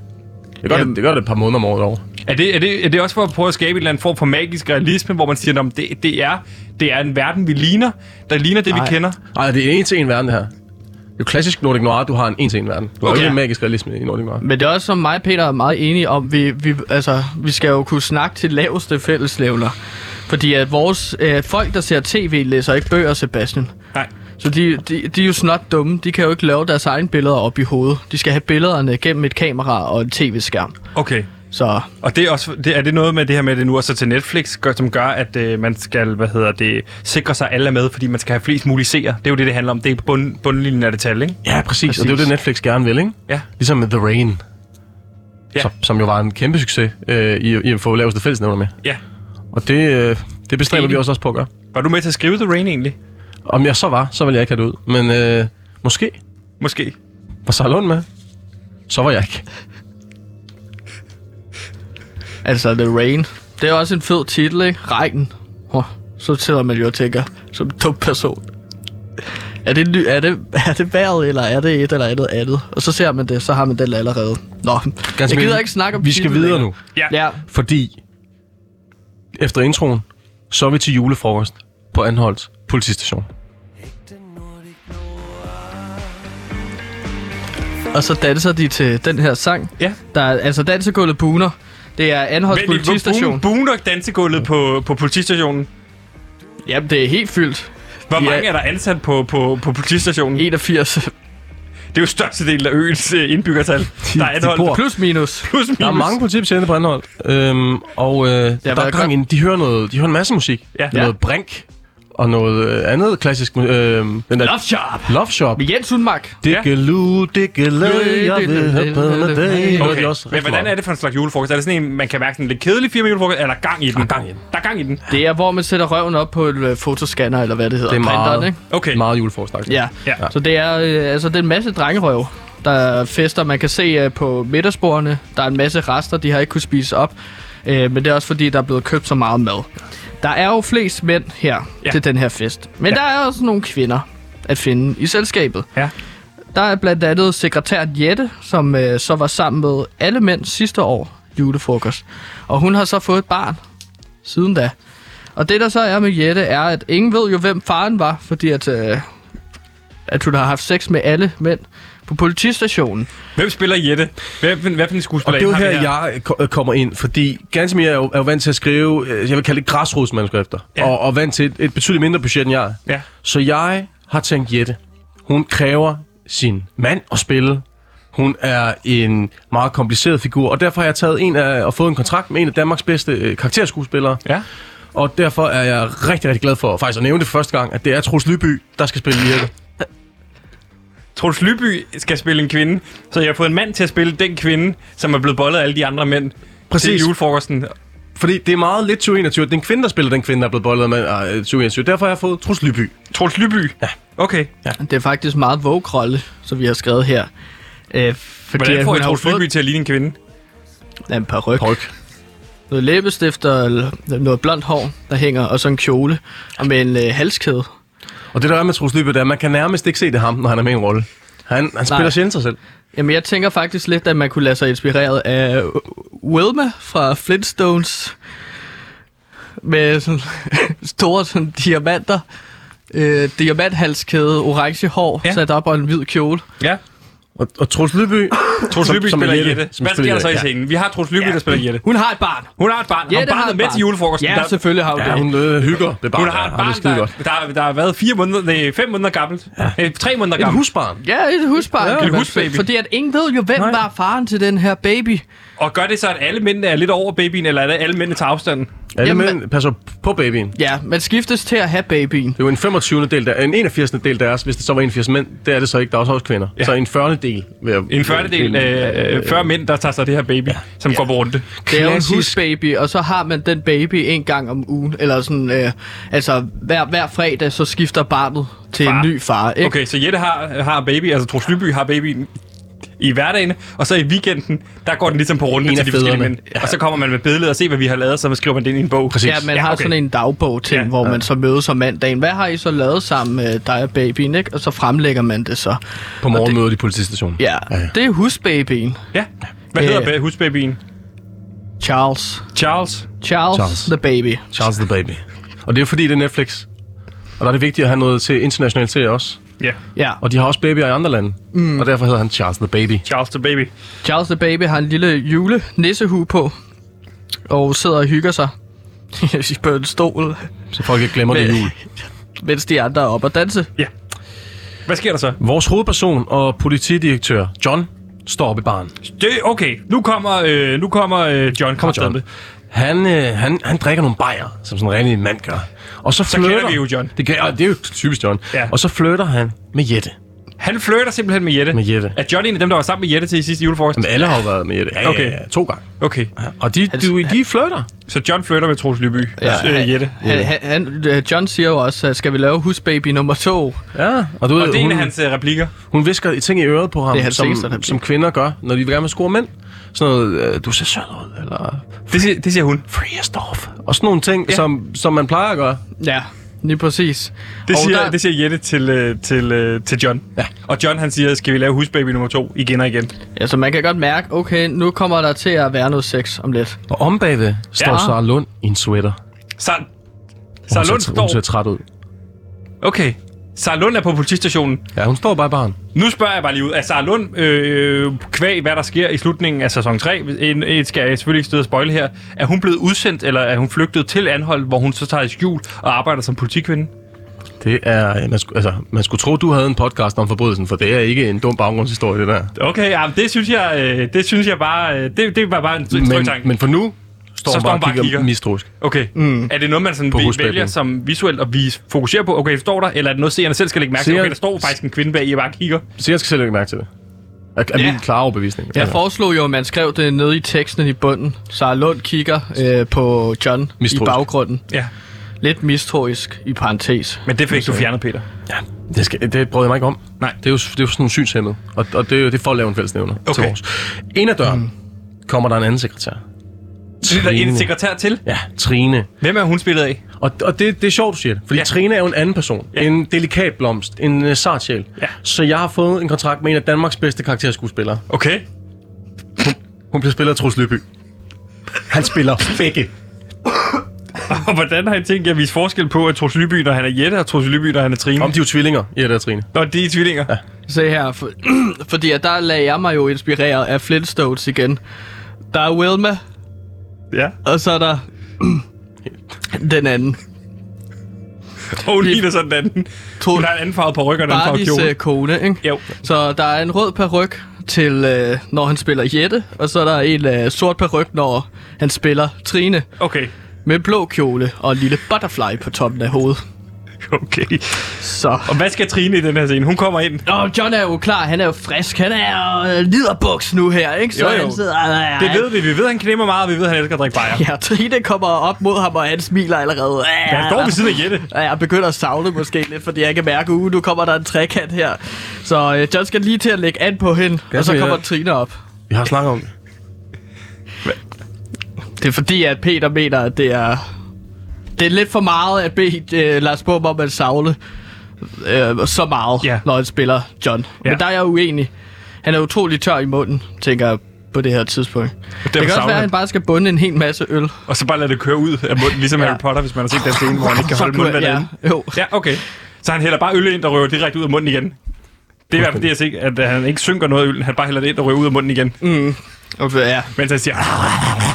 S3: Det gør,
S2: Jamen.
S3: det, det gør det et par måneder om året over.
S1: Er det, er, det, er det også for at prøve at skabe en eller anden form for magisk realisme, hvor man siger, at det, det, er, det er en verden, vi ligner, der ligner det, Nej.
S2: Nej.
S1: vi kender?
S3: Ej, det er en til en verden, det her. Det er jo klassisk Nordic Noir, du har en en til en verden. Du
S1: Okay.
S3: har okay. ikke en magisk realisme i Nordic Noir.
S2: Men det er også, som mig og Peter er meget enige om, vi, vi, altså, vi skal jo kunne snakke til laveste fællesnævner. Fordi at vores øh, folk, der ser tv, læser ikke bøger, Sebastian.
S1: Nej.
S2: Så de, de, de er jo snot dumme. De kan jo ikke lave deres egne billeder op i hovedet. De skal have billederne gennem et kamera og en tv-skærm.
S1: Okay.
S2: Så
S1: Og det er, også, det, er det noget med det her med, at det nu er så til Netflix, gør, som gør, at øh, man skal, hvad hedder det, sikre sig at alle er med, fordi man skal have flest mulige seere. Det er jo det, det handler om. Det er bund, bundlinjen af det tal, ikke?
S3: Ja, præcis. præcis. Og det er jo det, Netflix gerne vil, ikke?
S1: Ja.
S3: Ligesom med The Rain.
S1: Ja.
S3: Ja. Som, som jo var en kæmpe succes øh, i, i at få laveste fællesnævner med.
S1: Ja.
S3: Og det, øh, det bestræber vi også, også på at gøre.
S1: Var du med til at skrive The Rain egentlig?
S3: Om jeg så var, så ville jeg ikke have det ud. Men øh, måske
S1: Måske.
S3: var Sarah Lund med. Så var jeg ikke.
S2: Altså, The Rain. Det er også en fed titel, ikke? Regnen. Oh, så sidder man jo og tænker, som en dum person. Er det, ly- er, det, (laughs) er det vejret, eller er det et eller andet andet? Og så ser man det, så har man den allerede. Nå, Ganske jeg gider
S3: vigtigt.
S2: ikke snakke om
S3: Vi skal
S2: titlen
S3: videre
S2: længere.
S3: nu.
S1: Ja.
S2: Ja,
S3: Fordi efter introen, så er vi til julefrokost på Anholdt politistation.
S2: og så danser de til den her sang.
S1: Ja.
S2: Der er altså dansegulvet Buner. Det er Anholds politistation.
S1: Buner dansegulvet på, på politistationen.
S2: Jamen, det er helt fyldt.
S1: Hvor
S2: Ja.
S1: mange er der ansat på, på, på politistationen?
S3: (laughs)
S2: 81.
S1: Det er jo størstedelen af øens øh, indbyggertal, der er anholdt.
S3: bor-
S2: Plus minus.
S1: Plus minus.
S3: Der er mange politibetjente på Anholdt, øhm, og øh, der er
S2: været
S3: gang
S2: godt.
S3: ind, de hører, noget, de hører en masse musik.
S1: Ja.
S3: Noget brink og noget øh, andet klassisk... mu- Øh, den der
S2: Love Shop.
S3: Love Shop.
S2: Med Jens Sundmark.
S3: Diggelu, diggelu, jeg vil have bedre dag.
S1: Okay. Men hvordan er det for en slags julefrokost? Er det sådan en, man kan mærke sådan en lidt kedelig firma julefrokost? Er der gang i den? Der er
S3: gang i den.
S1: Der er gang i den.
S2: Det er, hvor man sætter røven op på en øh, fotoscanner, eller hvad det hedder.
S3: Det er
S2: Printeren,
S3: meget,
S2: ikke?
S1: Okay.
S3: meget juleforsnak.
S2: Ja.
S1: Ja.
S2: ja. Så det er, øh, altså, det er en masse drengerøv, der fester. Man kan se øh, på middagsbordene, der er en masse rester, de har ikke kunne spise op. Øh, men det er også fordi, der er blevet købt så meget mad. Der er jo flest mænd her
S1: Ja.
S2: ja. til den her fest. Men ja. der er også nogle kvinder at finde i selskabet.
S1: Ja.
S2: Der er blandt andet sekretæren Jette, som øh, så var sammen med alle mænd sidste år julefrokost. Og hun har så fået et barn siden da. Og det, der så er med Jette, er, at ingen ved jo, hvem faren var, fordi at, øh, at hun har haft sex med alle mænd på politistationen.
S1: Hvem spiller Jette? Hvad, hvad for en
S3: Og
S1: skuespiller
S3: det er jo
S1: har vi
S3: her, jeg øh, ko- øh, kommer ind, fordi ganske mere er jo, er jo vant til at skrive, øh, jeg vil kalde det græsrodsmanuskrifter,
S1: Ja.
S3: ja. og, og vant til et, et betydeligt mindre budget, end jeg er.
S1: Ja.
S3: Så jeg har tænkt Jette. Hun kræver sin mand at spille. Hun er en meget kompliceret figur, og derfor har jeg taget en af, og fået en kontrakt med en af Danmarks bedste øh, karakterskuespillere.
S1: Ja.
S3: Og derfor er jeg rigtig, rigtig glad for faktisk at nævne det første gang, at det er Troels Lyby, der skal spille Lirke.
S1: Troels Lyby skal spille en kvinde, så jeg har fået en mand til at spille den kvinde, som er blevet bollet af alle de andre mænd. Til
S3: Præcis.
S1: julefrokosten.
S3: Fordi det er meget lidt 2021. Det er en kvinde, der spiller den kvinde, der er blevet bollet med øh, 2021. Derfor har jeg fået Troels Lyby.
S1: Troels Lyby? Ja. Okay.
S2: Det er faktisk meget vågkrolle, som vi har skrevet her. Øh, fordi
S1: Hvordan
S2: at
S1: får
S2: hun
S1: I
S2: har jo
S1: Troels Lyby
S2: fået
S1: til at ligne en kvinde?
S2: en paryk.
S3: Ryg.
S2: Noget læbestifter, eller noget blondt hår, der hænger, og så en kjole. Og med en øh, halskæde.
S3: Og det der er med Troels Lyby, det er, at man kan nærmest ikke se det er ham, når han er med i en rolle. Han, han spiller sjældent sig selv.
S2: Jamen, jeg tænker faktisk lidt, at man kunne lade sig inspireret af Wilma fra Flintstones. Med sådan (laughs) store sådan, diamanter. Øh, diamanthalskæde, orange hår,
S1: Ja.
S2: ja. sat op og en hvid kjole.
S1: Ja.
S3: Og, og Troels
S1: (coughs)
S3: Lyby...
S1: Troels
S3: som-
S1: Lyby
S3: som er
S1: spiller Jette.
S3: som
S1: Hvad
S3: spiller
S1: sker der så i
S3: Jette.
S1: scenen? Vi har Troels Lyby, der spiller Jette.
S2: Hun har et barn.
S1: Hun har et barn. Har
S2: Jette har
S1: barnet
S2: et
S1: med
S2: barn.
S1: til julefrokosten.
S2: Ja,
S1: Der-
S2: selvfølgelig har hun
S3: Ja,
S2: det.
S3: hun øh, hygger det barn.
S1: Hun har et
S3: der, og det
S1: barn,
S3: skide
S1: der,
S3: godt.
S1: der, der har været fire måneder, nej, fem måneder gammelt. Ja. tre måneder
S3: Et
S1: gammelt.
S3: husbarn.
S2: Ja, et husbarn.
S1: Ja,
S2: kan
S1: et
S2: man
S1: husbaby.
S2: sige. Fordi at ingen ved jo, hvem
S3: Nej.
S2: Nej. var faren til den her baby.
S1: Og gør det så, at alle mændene er lidt over babyen, eller er det alle mændene tager afstanden?
S3: Alle
S2: Jamen-
S3: mænd passer på babyen.
S2: Ja, man skiftes til at have babyen.
S3: Det er jo en 25. del, der, en 81. del deres, hvis det så var 81 mænd. Det er det så ikke, der er også også kvinder. Ja. Så en 40. del. Vil jeg,
S1: En 40 del, øh, øh, 40 mænd, der tager sig af det her baby, ja. som ja. går på runde.
S2: Det er jo en
S3: Klassisk.
S2: husbaby, og så har man den baby en gang om ugen. Eller sådan, øh, altså hver, hver fredag, så skifter barnet til
S1: Far.
S2: en ny far. Ikke?
S1: Okay, så Jette har, har baby, altså Troels Lyby har babyen i hverdagen, og så i weekenden, der går den ligesom på runde
S3: En af
S1: til de forskellige
S3: fædrene.
S1: mænd. Ja. Og så kommer man med billeder og se, hvad vi har lavet, så skriver man det ind i en bog.
S3: Præcis.
S2: Ja, man ja, har
S1: okay.
S2: okay. sådan en dagbog ting,
S1: Ja,
S2: ja, hvor man så mødes om mandagen. Hvad har I så lavet sammen med dig og babyen, ikke? Og så fremlægger man det så.
S3: På morgenmødet i politistationen.
S2: Ja,
S3: ja.
S2: det er husbabyen.
S1: Ja. Hvad
S2: Øh.
S1: hedder ba- husbabyen?
S2: Charles.
S1: Charles.
S2: Charles,
S3: Charles.
S2: Charles. the baby.
S3: Charles the Baby. Og det er jo fordi, det er Netflix. Og der er det vigtigt at have noget til internationalt serier også.
S1: Ja.
S2: Ja.
S3: Og de har også babyer i andre lande. Mm. Og derfor hedder han Charles the Baby.
S1: Charles the baby.
S2: Charles the Baby har en lille jule nissehue på, og sidder og hygger sig (laughs) på en stol,
S3: Så folk ikke glemmer det
S2: Men-
S3: jul.
S2: mens de andre er oppe og danse.
S1: Hvad sker der så?
S3: Vores hovedperson og politidirektør, John, står oppe i baren.
S1: Det, okay, nu kommer, øh, nu kommer øh, John. Kommer
S3: John. Han, øh, han, han drikker nogle bajer, som sådan en rigtig mand gør. Og så,
S1: kender
S3: flytter,
S1: vi jo John.
S3: Det, gør, det er jo typisk John.
S1: Ja.
S3: Og så flytter han med Jette.
S1: Han flirter simpelthen med Jette.
S3: Med Jette.
S1: Er John en af dem, der var sammen med Jette til i sidste julefrokost?
S3: Men alle har jo været med Jette. Ja,
S1: Okay.
S3: ja, ja, to gange.
S1: Okay,
S3: Og de, de, de flytter.
S1: så John flirter med Troels Lyby. Ja, øh, Jette.
S2: Han, han, han, øh, John siger jo også, at skal vi lave husbaby nummer to?
S3: Ja, og du ved,
S1: Og det er en
S3: hun,
S1: af hans øh, replikker.
S3: hun visker ting i øret på ham,
S2: Det er hans
S3: som,
S2: seneste, han-
S3: som kvinder gør, når de vil gerne vil score mænd. Sådan noget, øh, du ser sød ud, eller
S1: Det siger, det siger hun.
S3: free as dwarf. Og sådan nogle ting, ja. som, som man plejer at gøre.
S2: Ja, lige præcis.
S1: Det
S2: Og
S1: siger,
S2: der-
S1: det siger Jette til, øh, til, øh, til John.
S3: Ja.
S1: Og John han siger, skal vi lave husbaby nummer to igen og igen.
S2: Altså, man kan godt mærke, okay, nu kommer der til at være noget sex om lidt.
S3: Og om bagved står
S1: Ja.
S3: ja. Sara Lund i en sweater.
S1: Så,
S3: Hun
S1: så Lund
S3: ser, hun ser
S1: står...
S3: træt ud.
S1: Okay, Sara Lund er på politistationen.
S3: Ja, hun står bare i baren.
S1: Nu spørger jeg bare lige ud. Er Sara Lund øh, kvæg, hvad der sker i slutningen af sæson 3? En, en skal jeg selvfølgelig ikke støde og spoile her. Er hun blevet udsendt, eller er hun flygtet til Anhold, hvor hun så tager i skjul og arbejder som politikvinde?
S3: Det er, man, skulle, altså, man skulle tro, du havde en podcast om forbrydelsen, for det er ikke en dum baggrundshistorie, det der.
S1: Okay, jamen, det synes jeg, øh, det synes jeg bare, øh, det, det var bare en tryg tanke.
S3: Men, men for nu står
S1: Så
S3: hun
S1: står
S3: bare
S1: hun
S3: og
S1: bare
S3: kigger,
S1: kigger.
S3: mistroisk.
S1: Okay. Mm. Er det noget, man sådan
S3: På
S1: vi,
S3: husbabyen.
S1: vælger som visuelt at vi fokuserer på? Okay, det står der. Eller er det noget, seerne selv skal lægge mærke til?
S3: Seerne-
S1: Okay, der står faktisk en kvinde bag, I og bare kigger.
S3: Så jeg skal selv ikke mærke til det. Er, er
S2: Ja.
S3: min klare overbevisning. Altså,
S2: Jeg foreslog jo, at man skrev det nede i teksten i bunden. Sara Lund kigger øh, på John
S3: Mistroisk.
S2: i baggrunden.
S1: Ja.
S2: Lidt mistroisk i parentes.
S1: Men det fik du fjernet, Peter.
S3: Ja, det, skal, det brød jeg mig ikke om.
S1: Nej.
S3: Det er jo, det er jo sådan nogle synshemmede, og, og det, er jo- det er for at lave en fællesnævner
S1: Okay.
S3: til vores. En af døren mm. kommer der en anden sekretær.
S1: Det er der en sekretær til.
S3: Ja, Trine.
S1: Hvem er hun spillet af?
S3: Og, og det, det er sjovt, du siger det, fordi
S1: Ja.
S3: ja. Trine er jo en anden person.
S1: Ja.
S3: Ja. En delikat blomst, en uh, sart sjæl.
S1: Ja.
S3: Så jeg har fået en kontrakt med en af Danmarks bedste karakterskuespillere.
S1: Okay.
S3: Hun bliver spillet af Truls Lyby. Han spiller (laughs) begge.
S1: Og hvordan har I tænkt jer at vise forskel på, at Troels Lyby, når han er Jette, og Troels Lyby, når han er Trine?
S3: Om de er jo tvillinger, Jette og Trine.
S1: Nå, de er tvillinger. Ja.
S2: Se her, for, (clears throat) fordi at der lagde jeg mig jo inspireret af Flintstones igen. Der er Wilma,
S1: ja.
S2: og så er der (clears throat) den anden.
S1: Og hun ligner sådan en anden.
S2: Tro,
S1: Hun har en anden farve på ryggen og en anden farve
S2: Bardis
S1: kjole.
S2: øh, kone, ikke?
S1: Jo.
S2: Så der er en rød peruk til, øh, når han spiller Jette, og så er der en øh, sort peruk, når han spiller Trine.
S1: Okay.
S2: med blå kjole og en lille butterfly på toppen af hovedet.
S1: Okay.
S2: Så.
S1: Og hvad skal Trine i den her scene? Hun kommer ind.
S2: Og John er jo klar, han er jo frisk, han er jo øh, liderbuks nu her, ikke? Så
S1: Jo, jo.
S2: han sidder, ej, ej,
S1: Det ved vi. Vi ved, at han knipper meget, og vi ved, at han elsker at drikke bajer.
S2: Ja, Trine kommer op mod ham, og han smiler allerede.
S1: Men han står ved siden af Jette.
S2: Ja, jeg begynder at savne måske lidt, fordi jeg kan mærke, uge, nu kommer der en trekant her. Så øh, John skal lige til at lægge an på hende, og så
S3: så, ja.
S2: kommer Trine op.
S3: Vi har snakket om det.
S2: Det er fordi, at Peter mener, at det er... Det er lidt for meget at bede øh, Lars Bum om at savle øh, så meget,
S1: Ja.
S2: yeah. når han spiller John.
S1: Ja.
S2: Men der er jeg uenig. Han er utrolig tør i munden, tænker jeg på det her tidspunkt. Det, det kan også
S1: savner
S2: være, at
S1: han.
S2: han bare skal bunde en hel masse øl.
S1: Og så bare lade det køre ud af munden, ligesom Harry Potter, hvis man har set den scene, hvor han ikke kan holde
S2: Så kunne-
S1: mundvandet ja.
S2: ja,
S1: inde.
S2: jo.
S1: Ja, okay. Så han hælder bare øl ind og røver direkte ud af munden igen. Det er i hvert fald det, jeg ser, at øh, han ikke synker noget af øllen. Han bare hælder det ind og røver ud af munden igen. Mm.
S2: Okay, ja.
S1: Mens han siger...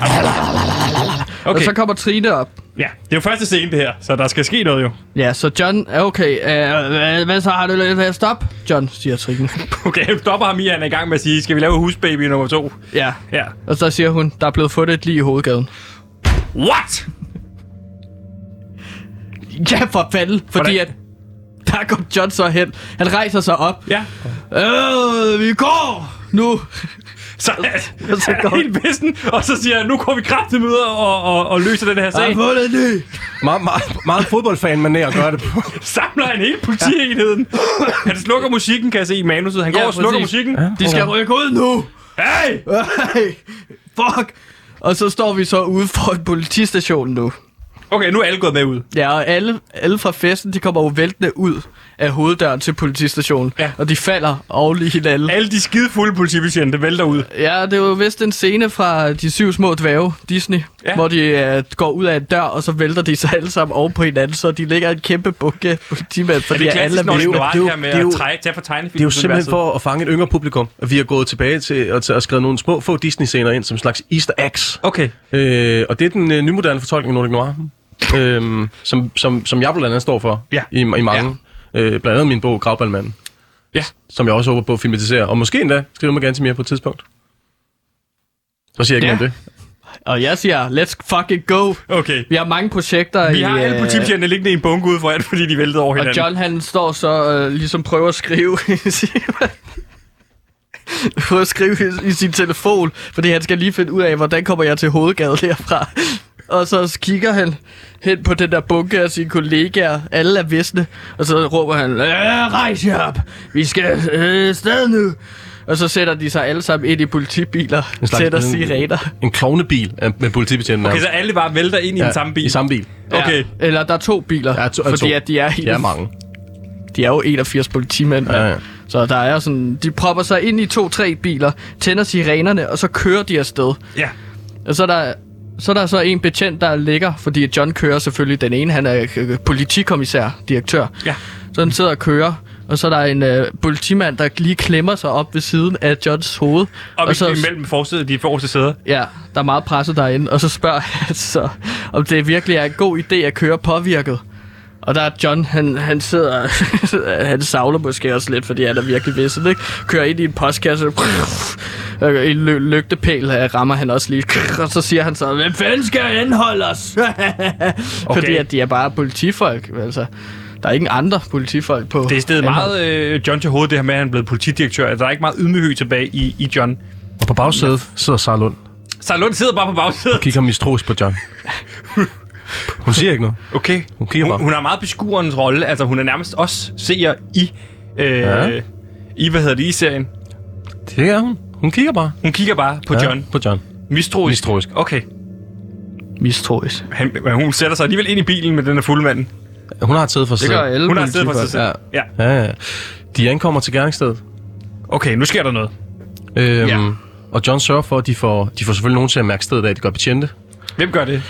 S2: Okay. Og
S1: Okay,
S2: så kommer Trine op.
S1: ja. Det er jo første scene, det her. Så der skal ske noget jo.
S2: Ja, så John, okay, øh, hvad, hvad så har du lidt? Stop, John, siger Trine.
S1: Okay, jeg stopper ham i, at han er i gang med at sige, skal vi lave husbaby nummer to?
S2: Ja,
S1: Ja.
S2: og så siger hun, der er blevet fundet et lige i hovedgaden.
S1: What?
S2: Ja, for fanden, fordi
S1: Hvordan?
S2: at... Der går John så hen. Han rejser sig op.
S1: Ja.
S2: Øh, vi går nu.
S1: Så
S2: Og så
S1: han
S2: går-
S1: er helt vissen, og så siger han, nu går vi kraftigt videre og, og, og løser den her
S2: Der er
S1: sag.
S2: fundet en ny.
S3: Meget, meget, meget fodboldfan man at gøre det på.
S1: Samler han hele politienheden. Han slukker musikken, kan jeg se i manuset. Han går
S2: Ja,
S1: og slukker
S2: præcis.
S1: musikken.
S2: De skal rykke ud nu.
S1: Hey!
S2: Ej, fuck. Og så står vi så ude for en politistation nu.
S1: Okay, nu er alle gået med ud.
S2: Ja, og alle, alle fra festen, de kommer jo væltende ud af hoveddøren til politistationen.
S1: Ja.
S2: Og de falder oven i hinanden.
S1: Alle de skidefulde politibetjente vælter ud.
S2: Ja, det er jo vist en scene fra De Syv Små Dværge, Disney,
S1: Ja.
S2: ja. hvor de uh, går ud af en dør, og så vælter de sig alle sammen oven på hinanden, så de ligger i en kæmpe bunke af politimænd,
S1: Er
S2: fordi
S1: det
S2: alle
S1: klassisk, når
S2: er
S1: det
S2: med.
S1: er
S3: det er jo-
S1: her med
S3: det er
S1: at
S3: jo-
S1: træ, tage for tegnefilm?
S3: Det er jo simpelthen for at fange et yngre publikum, at vi er gået tilbage til at, at skrive nogle små få Disney-scener ind som en slags easter eggs.
S1: Okay.
S3: Øh, og det er den øh, nymoderne fortolkning af Nordic Noir, øh, som, som, som jeg blandt andet står for
S1: Ja.
S3: i, i mange. Ja. Øh, blandt andet min bog, Gravballmanden.
S1: Ja.
S3: Som jeg også håber på at filmatisere, og måske endda skrive med ganske mere på et tidspunkt. Så siger jeg ikke
S2: Ja.
S3: ja. om det.
S2: Og jeg siger, let's fucking go.
S1: Okay.
S2: Vi har mange projekter
S1: Vi har
S2: i,
S1: alle
S2: øh,
S1: politibetjente liggende i en bunke ude foran, fordi de væltede over
S2: Og
S1: hinanden.
S2: John han står så øh, ligesom prøver at skrive (laughs) prøver at skrive i, i sin telefon, fordi han skal lige finde ud af, hvordan kommer jeg til hovedgaden herfra. (laughs) Og så kigger han hen på den der bunke af sine kollegaer, alle er visne, og så råber han, "Øh, rejs jer op, vi skal øh, sted nu. Og så sætter de sig alle sammen ind i politibiler,
S3: En slags- øh,
S2: sætter
S3: en-
S2: sirener.
S3: En klovnebil af- med politibetjenten.
S1: Okay, så alle bare vælter ind i den samme
S3: I
S1: bil.
S3: samme bil.
S1: Okay.
S2: Ja, eller der er to biler,
S3: Ja, to-
S2: fordi
S3: to.
S2: at de er helt
S3: Ja, mange.
S2: De er jo 81 politimænd.
S3: Ja,
S2: Ja,
S3: ja.
S2: ja. Så der er sådan, de propper sig ind i to-tre biler, tænder sirenerne, og så kører de afsted.
S1: Ja.
S2: Og så er der, så er der så en betjent, der ligger, fordi John kører selvfølgelig den ene, han er øh, politikommissær, direktør.
S1: Ja.
S2: Så han sidder og kører, og så er der en øh, politimand, der lige klemmer sig op ved siden af Johns hoved.
S1: Og, og så imellem forsædet, de forreste sæder.
S2: Ja, der er meget presset derinde, og så spørger (laughs) han så, om det virkelig er en god idé at køre påvirket. Og der er John, han, han sidder, (laughs) han savler måske også lidt, fordi han er virkelig visset, ikke? Kører ind i en postkasse, (laughs) og i en lø- lygtepæl øh, rammer han også lige, (laughs) og så siger han så, hvem fanden skal anholde os? (laughs) Fordi at de er bare politifolk, altså. Der er ingen andre politifolk på.
S1: Det er stedet meget øh, John til hovedet, det her med, at han er blevet politidirektør. Altså, Der er ikke meget ydmyghed tilbage i, i John.
S3: Og på bagsædet sidder Sara Lund.
S1: Så Lund sidder bare på bagsædet.
S3: Kigger mistroisk på John. (laughs) Hun siger ikke noget.
S1: Okay.
S3: Hun kigger
S1: Hun,
S3: bare.
S1: hun har meget beskuerens rolle. Altså, hun er nærmest også seer i... Øh, ja.
S3: Ja.
S1: I, hvad hedder det, i serien.
S3: Det er hun. Hun kigger bare.
S1: Hun kigger bare på ja. John.
S3: På John.
S1: Mistroisk.
S3: Mistroisk.
S1: Okay.
S2: mistroisk.
S1: Han, men hun sætter sig alligevel ind i bilen med den her fulde mand.
S3: Hun har taget for sig
S2: Det gør alle
S1: Hun har siddet for sig
S2: politifolk.
S1: selv. Ja.
S3: Ja, ja. De ankommer til gerningsstedet.
S1: Okay, nu sker der noget.
S3: Øhm,
S2: Ja.
S3: ja. Og John sørger for, at de får, de får selvfølgelig nogen til at mærke stedet af, de gør betjente.
S1: Hvem gør det?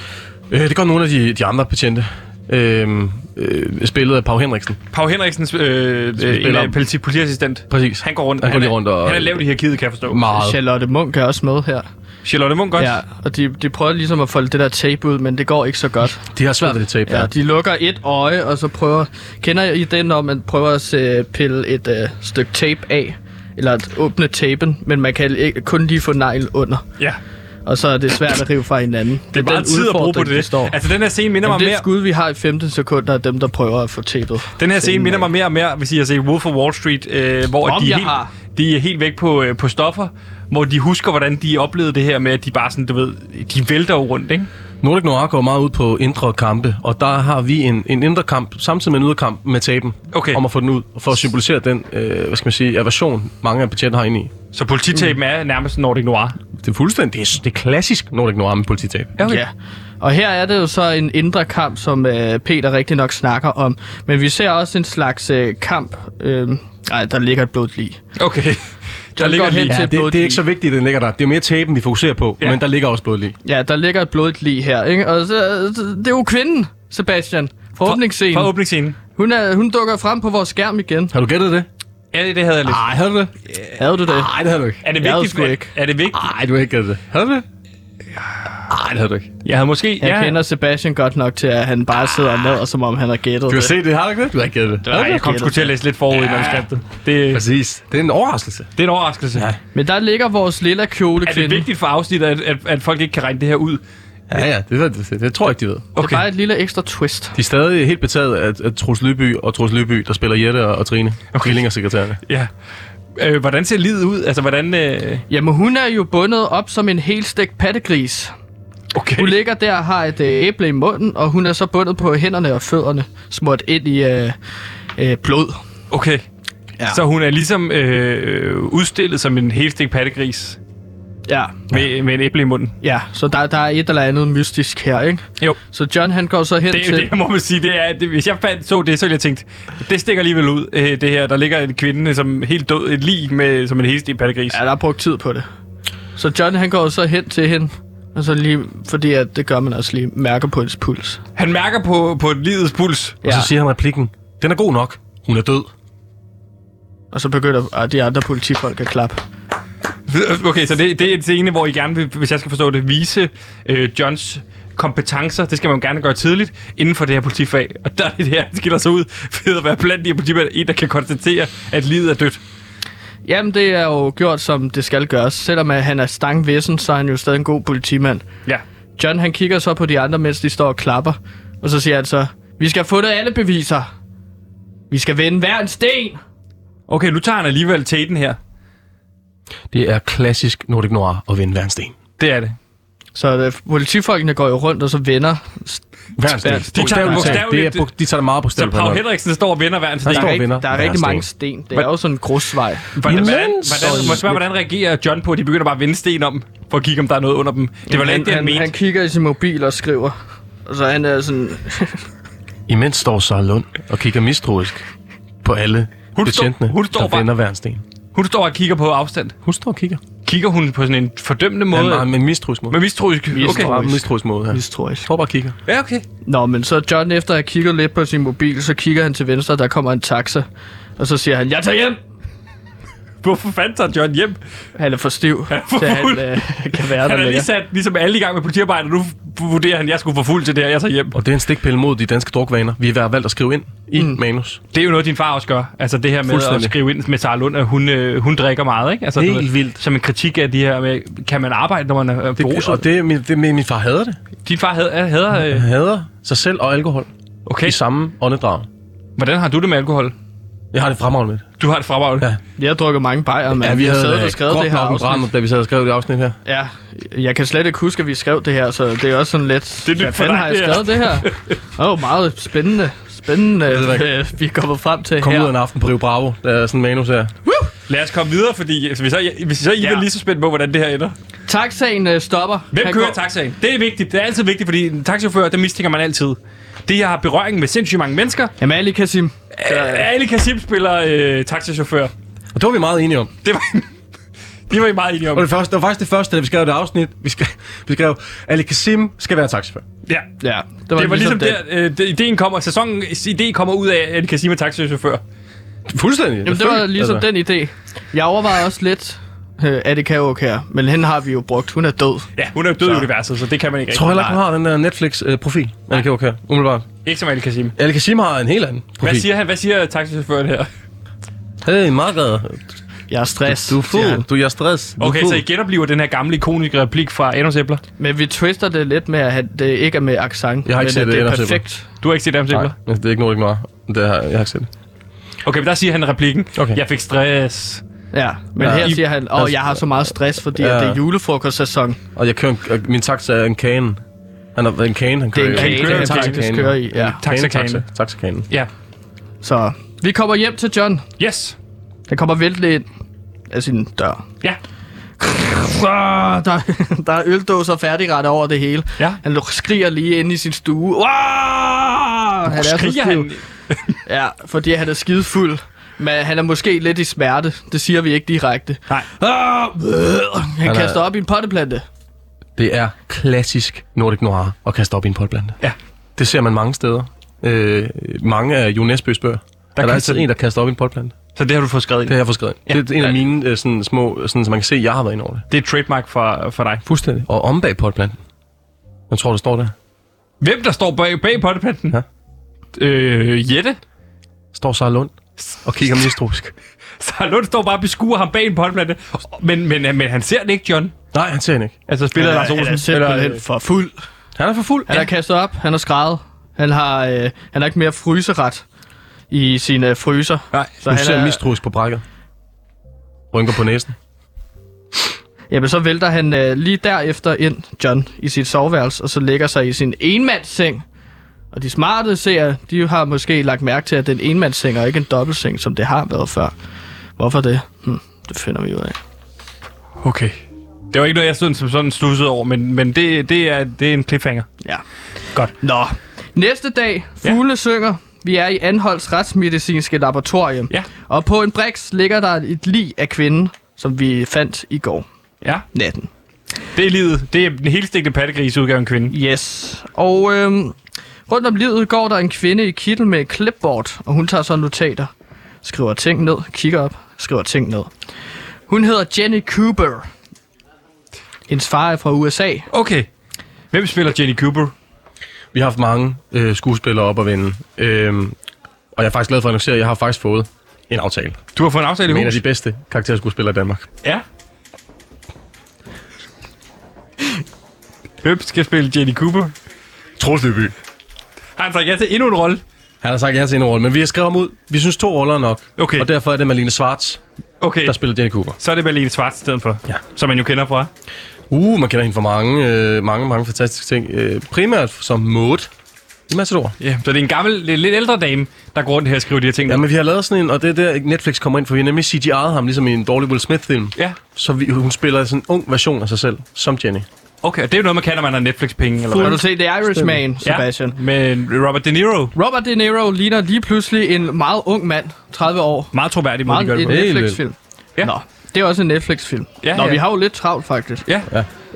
S3: Øh, det gør nogle af de, de andre betjente. Øhm, øh, spillet af Pau Henriksen.
S1: Pau Henriksens øh, øh, en,
S3: spiller-
S1: øh, politi- politiassistent.
S3: Præcis.
S1: Han går rundt.
S3: Han går lige
S1: er-
S3: rundt og-
S1: Han er lavt i hierarkiet, kan jeg forstå.
S3: Meget.
S2: Charlotte Munk er også med her.
S1: Charlotte Munk også.
S2: Ja, og de, de prøver ligesom at folde det der tape ud, men det går ikke så godt.
S3: De har svært ved det tape.
S2: Ja,
S3: Ja.
S2: de lukker et øje, og så prøver... Kender I den, når man prøver at øh, pille et øh, stykke tape af? Eller at åbne tapen, men man kan ikke, kun lige få negl under.
S1: ja.
S2: og så er det svært at rive fra hinanden.
S1: Det er bare tid at bruge på det.
S2: Står. Altså,
S1: Altså, den her scene minder mig
S2: Jamen, det
S1: mere...
S2: skud, vi har i 15 sekunder, er dem, der prøver at få tapet.
S1: Den her scene
S2: Scenen
S1: minder
S2: af.
S1: mig mere og mere, hvis I har set Wolf of Wall Street, øh, hvor
S2: Om
S1: de, er
S2: jeg
S1: helt,
S2: har.
S1: de er helt væk på, øh, på stoffer, hvor de husker, hvordan de oplevede det her med, at de bare sådan, du ved, de vælter jo rundt, ikke?
S3: Nordic Noir går meget ud på indre kampe, og der har vi en, en indre kamp samtidig med en ydre kamp med taben.
S1: Okay.
S3: Om at få den ud, og for at symbolisere den, øh, hvad skal man sige, aversion, mange af betjentene har inde i.
S1: Så polititapen er nærmest Nordic Noir.
S3: Det er fuldstændig, det er, det er klassisk Nordic Noir med polititab.
S1: Ja, okay.
S2: Ja, og her er det jo så en indre kamp, som øh, Peter rigtig nok snakker om. Men vi ser også en slags øh, kamp. Øh, ej, der ligger et blodt lig.
S1: Okay. Der
S2: Den
S1: ligger
S2: går hen
S1: lige.
S2: til-
S1: Ja.
S3: Det, det er ikke så vigtigt, at den ligger der. Det er mere taben, vi fokuserer på,
S1: Ja.
S3: ja. men der ligger også både lige.
S2: Ja, der ligger et blodigt lig her, ikke? Og så, så- det er jo kvinden, Sebastian. Fra åbningsscenen.
S1: Fra åbningsscenen.
S2: Hun, er, hun dukker frem på vores skærm igen.
S3: Har du gættet det?
S1: Ja, det, det havde jeg lidt.
S3: Nej, havde du det?
S2: Havde du det?
S3: Nej, det havde du ikke.
S1: Er det
S2: jeg havde
S1: vigtigt?
S2: sgu
S1: Er,
S2: ikke.
S1: er det vigtigt?
S3: Nej, du har ikke gættet det. Havde du det? Nej, det havde du ikke.
S1: Jeg havde måske...
S2: Jeg
S1: ja.
S2: kender Sebastian godt nok til, at han bare sidder og lader, som om han har gættet
S3: Du
S2: det.
S3: har set det, har du ikke det? Du har ikke gættet det.
S1: Nej, jeg kom
S2: gættet
S1: sgu til at læse lidt forud i manuskriptet. Det,
S3: Præcis. Det er en overraskelse.
S1: det er en overraskelse. Ja.
S2: Men der ligger vores lilla kjole
S1: Er det
S2: kvinde.
S1: vigtigt for afsnittet, at, at, at folk ikke kan regne det her ud?
S3: Ja, ja, det, det, det, det tror jeg ikke, de ved.
S2: Det er bare et lille ekstra twist.
S3: De er stadig helt betaget af, af Trus Lyby og Trus Lyby, der spiller Jette og, og Trine. Okay. Tvilling og sekretærerne.
S1: Ja. Øh, hvordan ser livet ud? Altså, hvordan... Øh...
S2: Jamen, hun er jo bundet op som en helstegt pattegris.
S1: Okay.
S2: Hun ligger der og har et øh, æble i munden, og hun er så bundet på hænderne og fødderne, smurt ind i øh, øh, blod.
S1: Okay. Ja. Så hun er ligesom øh, udstillet som en helstik pattegris
S2: Ja,
S1: med, med en æble i munden.
S2: ja. Så der, der er et eller andet mystisk her, ikke?
S1: Jo.
S2: Så John, han går så hen
S1: Det,
S2: til...
S1: det, det må man sige, det er, det, hvis jeg fandt, så det, så ville jeg tænkt, det stikker alligevel ud, øh, det her. Der ligger en kvinde, som er helt død, et lig med, som en helstik pattegris.
S2: Ja, der er brugt tid på det. Så John, han går så hen til hende, og så lige, fordi at det gør man også lige, mærker på hendes puls.
S1: Han mærker på, på livets puls.
S3: Og
S2: Ja.
S3: så siger han replikken, den er god nok. Hun er død.
S2: Og så begynder og de andre politifolk at klappe.
S1: Okay, så det, det er en scene, hvor I gerne vil, hvis jeg skal forstå det, vise øh, Johns kompetencer, det skal man jo gerne gøre tidligt, inden for det her politifag. Og der er det her, det skiller sig ud ved at være blandt de her politimænd, en, der kan konstatere, at livet er dødt.
S2: Jamen, det er jo gjort, som det skal gøres. Selvom at han er stangvissen, så er han jo stadig en god politimand.
S1: Ja.
S2: John, han kigger så på de andre, mens de står og klapper. Og så siger han så, vi skal have fundet alle beviser. Vi skal vende hver en sten.
S1: Okay, nu tager han alligevel tæten her.
S3: Det er klassisk Nordic Noir at vinde hver en sten.
S1: Det er det.
S2: Så øh, politifolkene går jo rundt, og så vender.
S3: Hver en sten.
S2: De
S1: tager det
S3: Bogstaveligt talt. Det er,
S1: bogstaveligt.
S3: bog- de tager det meget på
S1: Så
S3: stedet.
S1: Paul Henriksen står og vinder hver en
S3: Han
S1: sted.
S3: står og
S2: Rigt,
S3: vinder.
S2: der er
S3: hver
S2: rigtig
S3: sten.
S2: mange sten. Det er jo sådan en grusvej.
S1: Hvordan,
S3: Jens!
S1: hvordan, hvordan, må jeg spørge, hvordan reagerer John på, at de begynder bare at vende sten om, for at kigge, om der er noget under dem? Det var da
S2: han,
S1: ikke det, han
S2: han, han
S1: mente.
S2: kigger i sin mobil og skriver. Og så han er sådan...
S3: Imens står Søren Lund og kigger mistroisk på alle
S1: Hun står-
S3: betjentene,
S1: hun står
S3: der
S1: bare-
S3: vender hver en sten.
S1: Hun står og kigger på afstand.
S3: Hun står og kigger.
S1: Kigger hun på sådan en fordømmende
S3: Ja,
S1: måde?
S3: med- med en mistroisk måde.
S1: med mistroisk.
S3: Okay.
S1: Okay.
S3: Bare en mistroisk måde her.
S2: Mistroisk.
S3: Står bare og kigger.
S1: Ja, okay.
S2: Nå, men så John, efter at have kigget lidt på sin mobil, så kigger han til venstre, og der kommer en taxa. Og så siger han, jeg tager hjem!
S1: Hvorfor fandt tager John hjem?
S2: Han er for stiv,
S1: er for
S2: til han
S1: fuld.
S2: øh, kan være der
S1: Han er lige
S2: længere.
S1: sat, ligesom alle i gang med politiarbejde, og nu vurderer han, at jeg skulle få fuld til det her, jeg tager hjem.
S3: Og det er en stikpille mod de danske drukvaner. Vi har valgt at skrive ind i mm. manus.
S1: Det er jo noget, din far også gør. Altså det her med at
S3: Fuldstændig.
S1: skrive ind med Sara Lund, at hun, øh, hun drikker meget, ikke? Altså, du
S3: Helt
S1: ved,
S3: vildt.
S1: Som en kritik af de her med, kan man arbejde, når man er øh,
S3: Det,
S1: beruset?
S3: og det, er min, det, er min min far hader det.
S1: Din far hader... hader øh,
S3: Han hader sig selv og alkohol
S1: okay,
S3: i samme åndedrag.
S1: hvordan har du det med alkohol?
S3: Jeg har det fremragende med det.
S1: Du har et fremragende.
S3: Ja. øh,
S2: Jeg har drukket mange bajer, men ja, vi har siddet og skrevet det her afsnit.
S3: brand, da vi sad og skrev det afsnit her.
S2: Ja, jeg kan slet ikke huske, at vi skrev det her, så det er også sådan lidt...
S1: Det er nyt
S2: hvad
S1: for
S2: fanden
S1: dig,
S2: har jeg
S1: det her."
S2: skrevet det her? Åh, oh, meget spændende. Spændende,
S3: ved det
S2: øh, vi kommer frem til
S3: Kom
S2: her.
S3: ud af en aften på Rio Bravo, der er sådan en manus her.
S1: Lad os komme videre, fordi altså, hvis, jeg, hvis jeg, I ja. er lige så spændt på, hvordan det her ender.
S2: Taxaen øh, stopper.
S1: Hvem
S2: Han
S1: kører
S2: går-
S1: taxaen? Det er vigtigt. Det er altid vigtigt, fordi en taxachauffør, det mistænker man altid. Det her har berøring med sindssygt mange mennesker.
S2: Jamen, Ali Kasim.
S1: Øh, Ali Kassib spiller øh, taxachauffør.
S3: Og det var vi meget enige om.
S1: Det var, (laughs) det var I meget enige om.
S3: Og det, første, det var faktisk det første, da vi skrev det afsnit. Vi, skrev, vi skrev, Ali Kasim skal være taxifør.
S1: Ja.
S2: Ja,
S1: Det var ligesom
S2: det.
S1: der, øh, det- ideen kommer, sæsonens idé kommer ud af, at Kasima taxichauffør.
S3: Fuldstændig.
S2: Jamen, det var ligesom
S3: altså.
S2: den idé. Jeg overvejede også lidt, øh, at det kan jo her, men hende har vi jo brugt. Hun er død.
S1: Ja, hun er jo død i universet, så det kan man ikke
S3: Jeg tror
S1: rigtig.
S3: heller ikke, hun har den der øh, Netflix-profil. Ali kan okay, umiddelbart.
S1: Ikke som Ali Kasim.
S3: Ali Kasim har en helt anden profil.
S1: Hvad siger han? Hvad siger taxichaufføren her?
S3: Hey, meget glad.
S2: Jeg er stress.
S3: Du, ja, du, jeg er stress. Du
S1: Okay,
S3: fuld.
S1: så I genoplever den her gamle ikoniske replik fra Adams Æbler.
S2: Men vi twister det lidt med, at det ikke er med accent.
S3: Jeg har ikke
S2: men
S3: set
S2: at
S3: det,
S2: det
S3: jeg
S2: er
S3: har set det.
S2: perfekt.
S1: Du har ikke set Adams Æbler?
S3: Nej, altså, det er ikke Nordic Noir. Det har, jeg har ikke set det.
S1: Okay, men der siger han replikken.
S3: Okay.
S1: Jeg fik stress.
S2: Ja, men
S3: Ja.
S2: her
S3: I-
S2: siger han, åh, jeg har så meget stress, fordi
S3: Ja.
S2: ja. det er julefrokostsæson.
S3: Og jeg kører en, og min taxa er en kane. Han har en kane, han
S2: Det
S3: kører.
S2: er en
S1: kage,
S2: kage,
S1: kører
S2: han
S1: en taxa.
S2: faktisk kører i. Ja.
S1: Taxakane.
S3: Taxa, taxakane.
S1: Ja.
S2: Så vi kommer hjem til John.
S1: Yes.
S2: Han kommer væltende ind af sin dør. (laughs)
S1: Ja.
S2: Rrr, Der, der er øldåser færdigret over det hele.
S1: Ja.
S2: Han luk- skriger lige inde i sin stue. Rrr, Han er så
S1: Skriger
S2: stiv.
S1: han.
S2: Ja, fordi han er skidefuld. Men han er måske lidt i smerte. Det siger vi ikke direkte.
S1: Nej.
S2: Rrr, øh, Han,
S3: er-
S2: han kaster op i en potteplante.
S3: Det er klassisk Nordic Noir at kaste op i en potplante.
S1: Ja.
S3: Det ser man mange steder. Øh, mange af Jo Nesbøs bøger. Der er der
S1: kaster-
S3: altid en, der kaster op i en potplante.
S1: Så det har du fået skrevet ind.
S3: Det har jeg fået skrevet. Ja. Det er en af mine øh, sådan, små, sådan, som man kan se, jeg har været ind over det.
S1: Det er et trademark for, for dig.
S3: Fuldstændig. Og om bag potplanten. Jeg tror, der står der.
S1: Hvem der står bag, bag potteplanten?
S3: Ja.
S1: Øh, Jette. (laughs)
S3: Står Sara Lund
S2: (laughs)
S3: og kigger mistroisk.
S1: Så Lund står bare og beskuer ham bag en potteplante. Men, men, men han ser det ikke, John.
S3: Nej, han ser hende ikke.
S1: Altså spiller Lars
S2: Han er
S1: Olsen. øh,
S2: simpelthen for fuld.
S3: Han er for fuld.
S2: Han har kastet op, han har skrejet, han har, øh, han har ikke mere fryseret i sin øh, fryser.
S1: Nej.
S2: så
S3: du
S2: han
S3: ser
S2: er,
S3: mistroisk på brækket. Rynker på næsen.
S2: Jamen, så vælter han øh, lige derefter ind, John, i sit soveværelse, og så lægger sig i sin enmandsseng. Og de smarte seere, de har måske lagt mærke til, at det er en enmandsseng og ikke en dobbeltseng, som det har været før. Hvorfor det? Hm, det finder vi ud af.
S1: Okay. Det var ikke noget, jeg sådan, som sådan stussede over, men, men det, det, er, det er en cliffhanger.
S2: Ja.
S1: Godt.
S2: Nå. Næste dag, fugle ja. synger. Vi er i Anholds retsmedicinske laboratorium.
S1: Ja.
S2: Og på en briks ligger der et lig af kvinden, som vi fandt i går
S1: Ja,
S2: natten.
S1: det er livet. Det er den helt stegte pattegris udgave af en kvinde.
S2: Yes. Og øhm, rundt om livet går der en kvinde i kittel med et clipboard, og hun tager så notater. Skriver ting ned, kigger op, skriver ting ned. Hun hedder Jenny Cooper. Hendes far er fra USA.
S1: Okay. Hvem spiller Jenny Cooper?
S3: Vi har haft mange øh, skuespillere op at vende. Øhm, og jeg er faktisk glad for at annoncere, at jeg har faktisk fået en aftale.
S1: Du har fået en aftale i
S3: Med en af
S1: hus.
S3: de bedste karakterskuespillere i Danmark.
S1: Ja. Hvem skal spille Jenny Cooper?
S3: Troels Lyby.
S1: Har han sagt ja til endnu en rolle?
S3: Han har sagt ja til en rolle, men vi har skrevet ham ud. Vi synes to roller er nok.
S1: Okay.
S3: Og derfor er det Malene Schwartz,
S1: Okay,
S3: der spiller Jenny Cooper.
S1: så er det Malene Schwartz i stedet for,
S3: Ja.
S1: som man jo kender fra.
S3: Uh, man kender hende for mange, øh, mange, mange fantastiske ting. Øh, primært som Maud i Matador.
S1: Ja, så det er en gammel, lidt, lidt ældre dame, der går rundt her og skriver de her ting.
S3: Ja, men vi har lavet sådan en, og det er der Netflix kommer ind, for vi har nemlig CGI'et ham, ligesom i en dårlig Will Smith-film.
S1: ja.
S3: Så vi, hun spiller sådan en ung version af sig selv, som Jenny.
S1: okay, og det er jo noget, man kan, når man har Netflix-penge. Eller
S2: Har du
S1: hvad?
S2: set The Irishman, Sebastian?
S1: Ja, men Robert De Niro,
S2: Robert De Niro ligner lige pludselig en meget ung mand, 30 år.
S1: meget troværdig måde, de
S2: Meget
S1: gør det
S2: en
S1: på.
S3: Helt vildt.
S2: Netflix-film.
S1: Ja.
S2: Nå, det er også en Netflix-film.
S1: Ja,
S2: Nå,
S1: ja.
S2: vi har jo lidt travlt faktisk.
S1: Ja,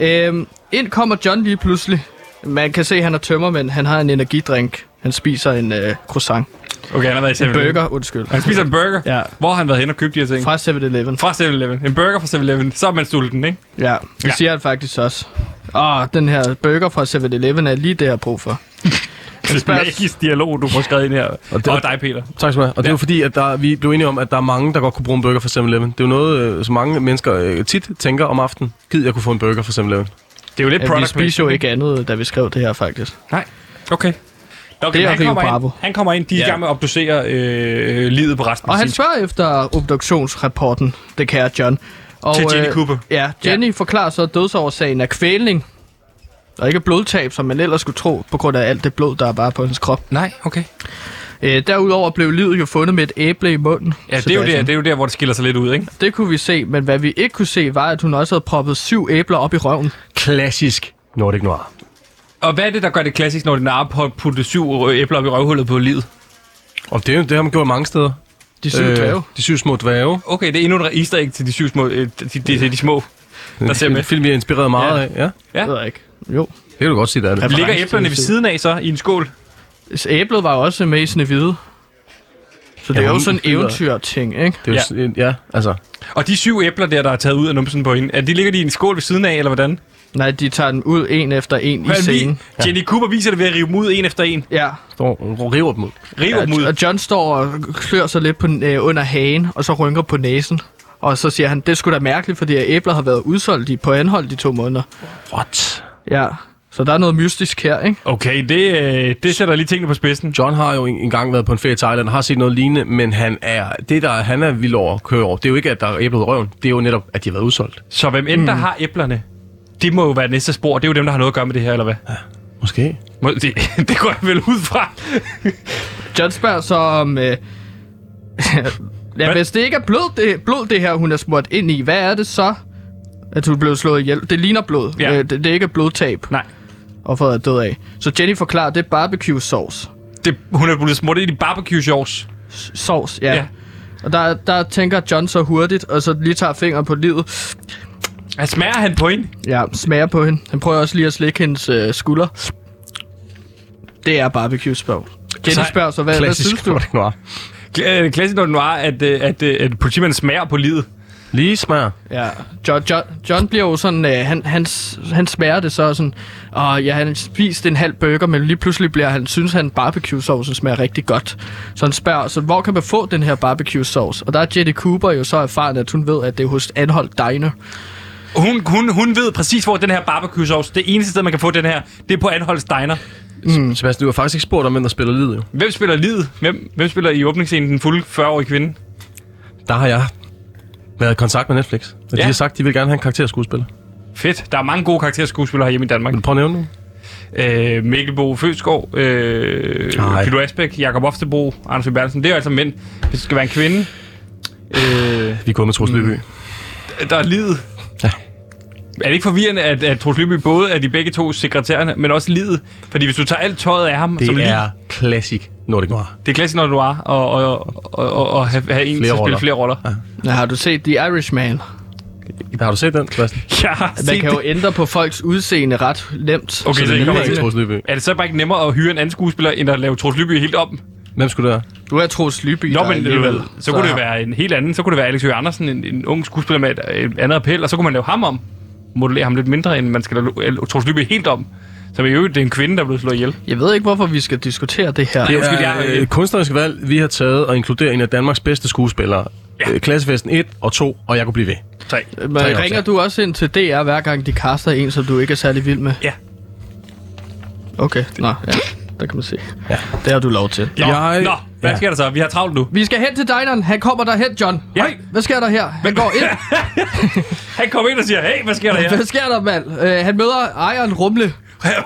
S2: Øhm, ind kommer John lige pludselig. Man kan se, at han er tømmermænd. Han har en energidrink. Han spiser en øh, croissant.
S1: okay, han har været i 7
S2: Burger, undskyld.
S1: Mhm. Han spiser en burger.
S2: Ja.
S1: Hvor har han været hen og købt de her ting?
S2: Fra 7-Eleven.
S1: Fra 7-Eleven. En burger fra 7-Eleven. Så er man sulten, ikke?
S2: Ja, det
S1: Ja.
S2: ja. siger han faktisk også. Åh, den her burger fra 7-Eleven er lige det, jeg har brug for.
S1: Det er
S2: spørger-
S1: magisk dialog, du får skrevet ind her. Og,
S3: det-
S1: og dig, Peter.
S3: Tak skal du have. Og det er jo fordi, at der, vi blev enige om, at der er mange, der godt kunne bruge en burger fra 7-Eleven. Det er jo noget, øh, som mange mennesker øh, tit tænker om aftenen. Gid, jeg kunne få en burger fra 7-Eleven.
S1: Det er jo lidt
S2: Ja, vi
S1: product
S2: spiser jo ikke andet, da vi skrev det her faktisk.
S1: Nej. Okay. Okay,
S2: Det
S1: men
S2: er
S1: han,
S2: Rio
S1: kommer
S2: Bravo.
S1: ind, han kommer ind, de er i
S2: Ja.
S1: gang med at obducere øh, livet på resten
S2: Og
S1: af
S2: han
S1: sin
S2: spørger efter obduktionsrapporten, det kære John. Og,
S1: Til Jenny
S2: øh,
S1: Cooper.
S2: Ja, Jenny ja. forklarer så at dødsårsagen af kvælning. Og ikke blodtab, som man ellers skulle tro, på grund af alt det blod, der er bare på hendes krop.
S1: Nej, okay.
S2: Øh, derudover blev livet jo fundet med et æble i munden.
S1: Ja, det er, jo der, det er jo der, hvor det skiller sig lidt ud, ikke?
S2: Det kunne vi se, men hvad vi ikke kunne se, var, at hun også havde proppet syv æbler op i røven.
S3: Klassisk Nordic Noir.
S1: Og hvad er det, der gør det klassisk, når den har puttet syv æbler op i røvhullet på livet?
S3: Og det, er jo- det har man gjort mange steder.
S2: De syv øh, dvæve.
S3: De syv små dvæve.
S1: Okay, det er endnu en easter egg til de syv små, øh, de, de, de, de små, der ser med.
S3: En film, jeg er inspireret meget af. Ja.
S1: Ja.
S2: Jeg ved jeg ikke. Jo.
S3: Det kan du godt sige, der er det.
S1: Ligger
S2: Reference
S1: æblerne
S2: til
S1: ved
S2: det.
S1: siden af så i en skål?
S2: Æblet var jo også med i Snevide. Så det
S3: Ja,
S2: er jo
S3: hun
S2: sådan en
S3: lyder-
S2: eventyrting, ikke?
S3: Det er jo, ja. ja, altså.
S1: Og de syv æbler der, der er taget ud af numsen på hende, er de ligger de i en skål ved siden af, eller hvordan?
S2: Nej, de tager den ud en efter en i
S1: Hvordan vi-
S2: scenen.
S1: Jenny Cooper viser det ved at rive dem ud en efter en.
S2: Ja,
S3: Står og river dem ud.
S1: River dem
S2: og,
S1: ud.
S2: og John står og klør sig lidt på, øh, under hagen, og så rynker på næsen. Og så siger han, det skulle da mærkeligt, fordi æbler har været udsolgt i, på anhold de to måneder.
S3: What?
S2: Ja, så der er noget mystisk her, ikke?
S1: Okay, det, øh, det sætter lige tingene på spidsen.
S3: John har jo en- engang været på en ferie i Thailand og har set noget lignende, men han er, det, der han er vild over at køre over, det er jo ikke, at der er æblet i røven. Det er jo netop, at de har været udsolgt.
S1: Så hvem end der
S2: Mm.
S1: har æblerne, det må jo være næste spor. Det er jo dem, der har noget at gøre med det her, eller hvad?
S3: Måske.
S1: Må- Det, (laughs) det går jeg vel ud fra.
S2: John spørger så om... Øh, (laughs) ja,
S1: Hvad?
S2: hvis det ikke er blod det, blod, det her, hun er smurt ind i, hvad er det så, at hun blev slået ihjel? Det ligner blod.
S1: Ja.
S2: Ja. Øh, det, det er ikke blodtab.
S1: Nej.
S2: Offeret er død af. Så Jenny forklarer, det er barbecue sauce.
S1: Det, hun er blevet smuttet ind i barbecue shorts.
S2: Sauce, ja.
S1: Ja.
S2: ja. Og der, der tænker John så hurtigt, og så lige tager fingeren på livet.
S1: Han smager han på hende.
S2: Ja, smager på hende. Han prøver også lige at slikke hendes øh, skulder. Det er barbecue spørg. Jenny
S1: Så-
S2: spørger så, hvad, hvad synes
S3: Klassisk
S2: du?
S3: Nordic Noir.
S1: Kla- øh, Klassisk når den var, at, øh, at, øh, at politimanden smager på livet.
S3: Lige smager.
S2: Ja, John, John, John bliver jo sådan, øh, han, han, s- han smager det så og sådan, og ja, han spiste en halv burger, men lige pludselig bliver han, synes han, barbecue saucen smager rigtig godt. Så han spørger, så hvor kan man få den her barbecue sauce? Og der er Jetty Cooper jo så erfaren, at hun ved, at det er hos Anholdt Diner.
S1: Hun, hun, hun ved præcis, hvor den her barbecue sauce, det eneste sted, man kan få den her, det er på Anholds Diner.
S3: Mm. Sebastian, du har faktisk ikke spurgt om, hvem der spiller lyd, jo.
S1: Hvem spiller livet? Hvem, hvem spiller i åbningsscenen den fulde 40-årige kvinde?
S3: Der har jeg været i kontakt med Netflix, og ja. de
S1: Ja.
S3: har sagt, at de vil gerne have en karakterskuespiller.
S1: Fedt. Der er mange gode karakterskuespillere herhjemme i Danmark.
S3: Vil du prøve at nævne nogen?
S1: Øh, Mikkel Bo Fødsgaard, øh,
S3: Nej.
S1: Peter Asbæk, Jakob Oftebro, Anders V. Bertelsen. Det er jo altså mænd. Hvis det skal være en kvinde, øh,
S3: Vi er gået med Troels Lyby.
S1: der er livet.
S3: Ja.
S1: Er det ikke forvirrende, at, at Troels Lyby både er de begge to sekretærerne, men også livet? Fordi hvis du tager alt tøjet af ham, som
S3: Det
S1: lige,
S3: er klassik Nordic Noir.
S1: det er klassisk, når du er, og, og, og, og, og have, have en til at spille
S3: roller.
S1: flere roller. Ja.
S2: Ja, har du set The Irishman?
S3: Har du set den, Sebastian?
S1: Jeg har
S2: Man
S1: set
S2: kan jo
S1: det.
S2: ændre på folks udseende ret nemt.
S1: Okay, så,
S3: det
S1: det kommer
S3: ligner ikke
S1: til.
S3: Troels Lyby.
S1: Er det så bare ikke nemmere at hyre en anden skuespiller, end at lave Troels Lyby helt om?
S3: Hvem skulle det være?
S2: Du er Troels Lyby.
S1: Nå,
S2: der
S1: men
S2: alligevel-
S1: alligevel. Så kunne det være en helt anden. Så kunne det være Alex Høgh Andersen, en, en ung skuespiller med et, et andet appel, og så kunne man lave ham om. Modellere ham lidt mindre, end man skal lave Troels Lyby helt om. Så i øvrigt, det er en kvinde, der er blevet slået ihjel.
S2: Jeg ved ikke, hvorfor vi skal diskutere det her.
S1: Det er-
S3: Det
S1: Undskyld,
S3: er
S1: jeg-
S3: øh, et kunstnerisk valg, vi har taget og inkluderer en af Danmarks bedste skuespillere. Ja. Klassefesten 1 og 2, og jeg kunne blive ved.
S1: Tre.
S2: Men
S3: Tre år
S2: ringer
S3: til.
S2: du også ind til DR, hver gang de kaster en, som du ikke er særlig vild med?
S1: Ja.
S2: Okay, nå, ja. Der kan man se. Ja. Det har du lov til.
S1: Nå,
S3: Jeg-
S1: nå hvad
S3: Ja.
S1: sker der så? Vi har travlt nu.
S2: Vi skal hen til dineren. Han kommer derhen, John.
S1: Ja.
S2: Høj, hvad sker der her? Han går
S1: (laughs)
S2: ind.
S1: Han kommer ind og siger, hey, hvad sker der her?
S2: Hvad sker der, mand? Øh, han møder ejeren Rumle.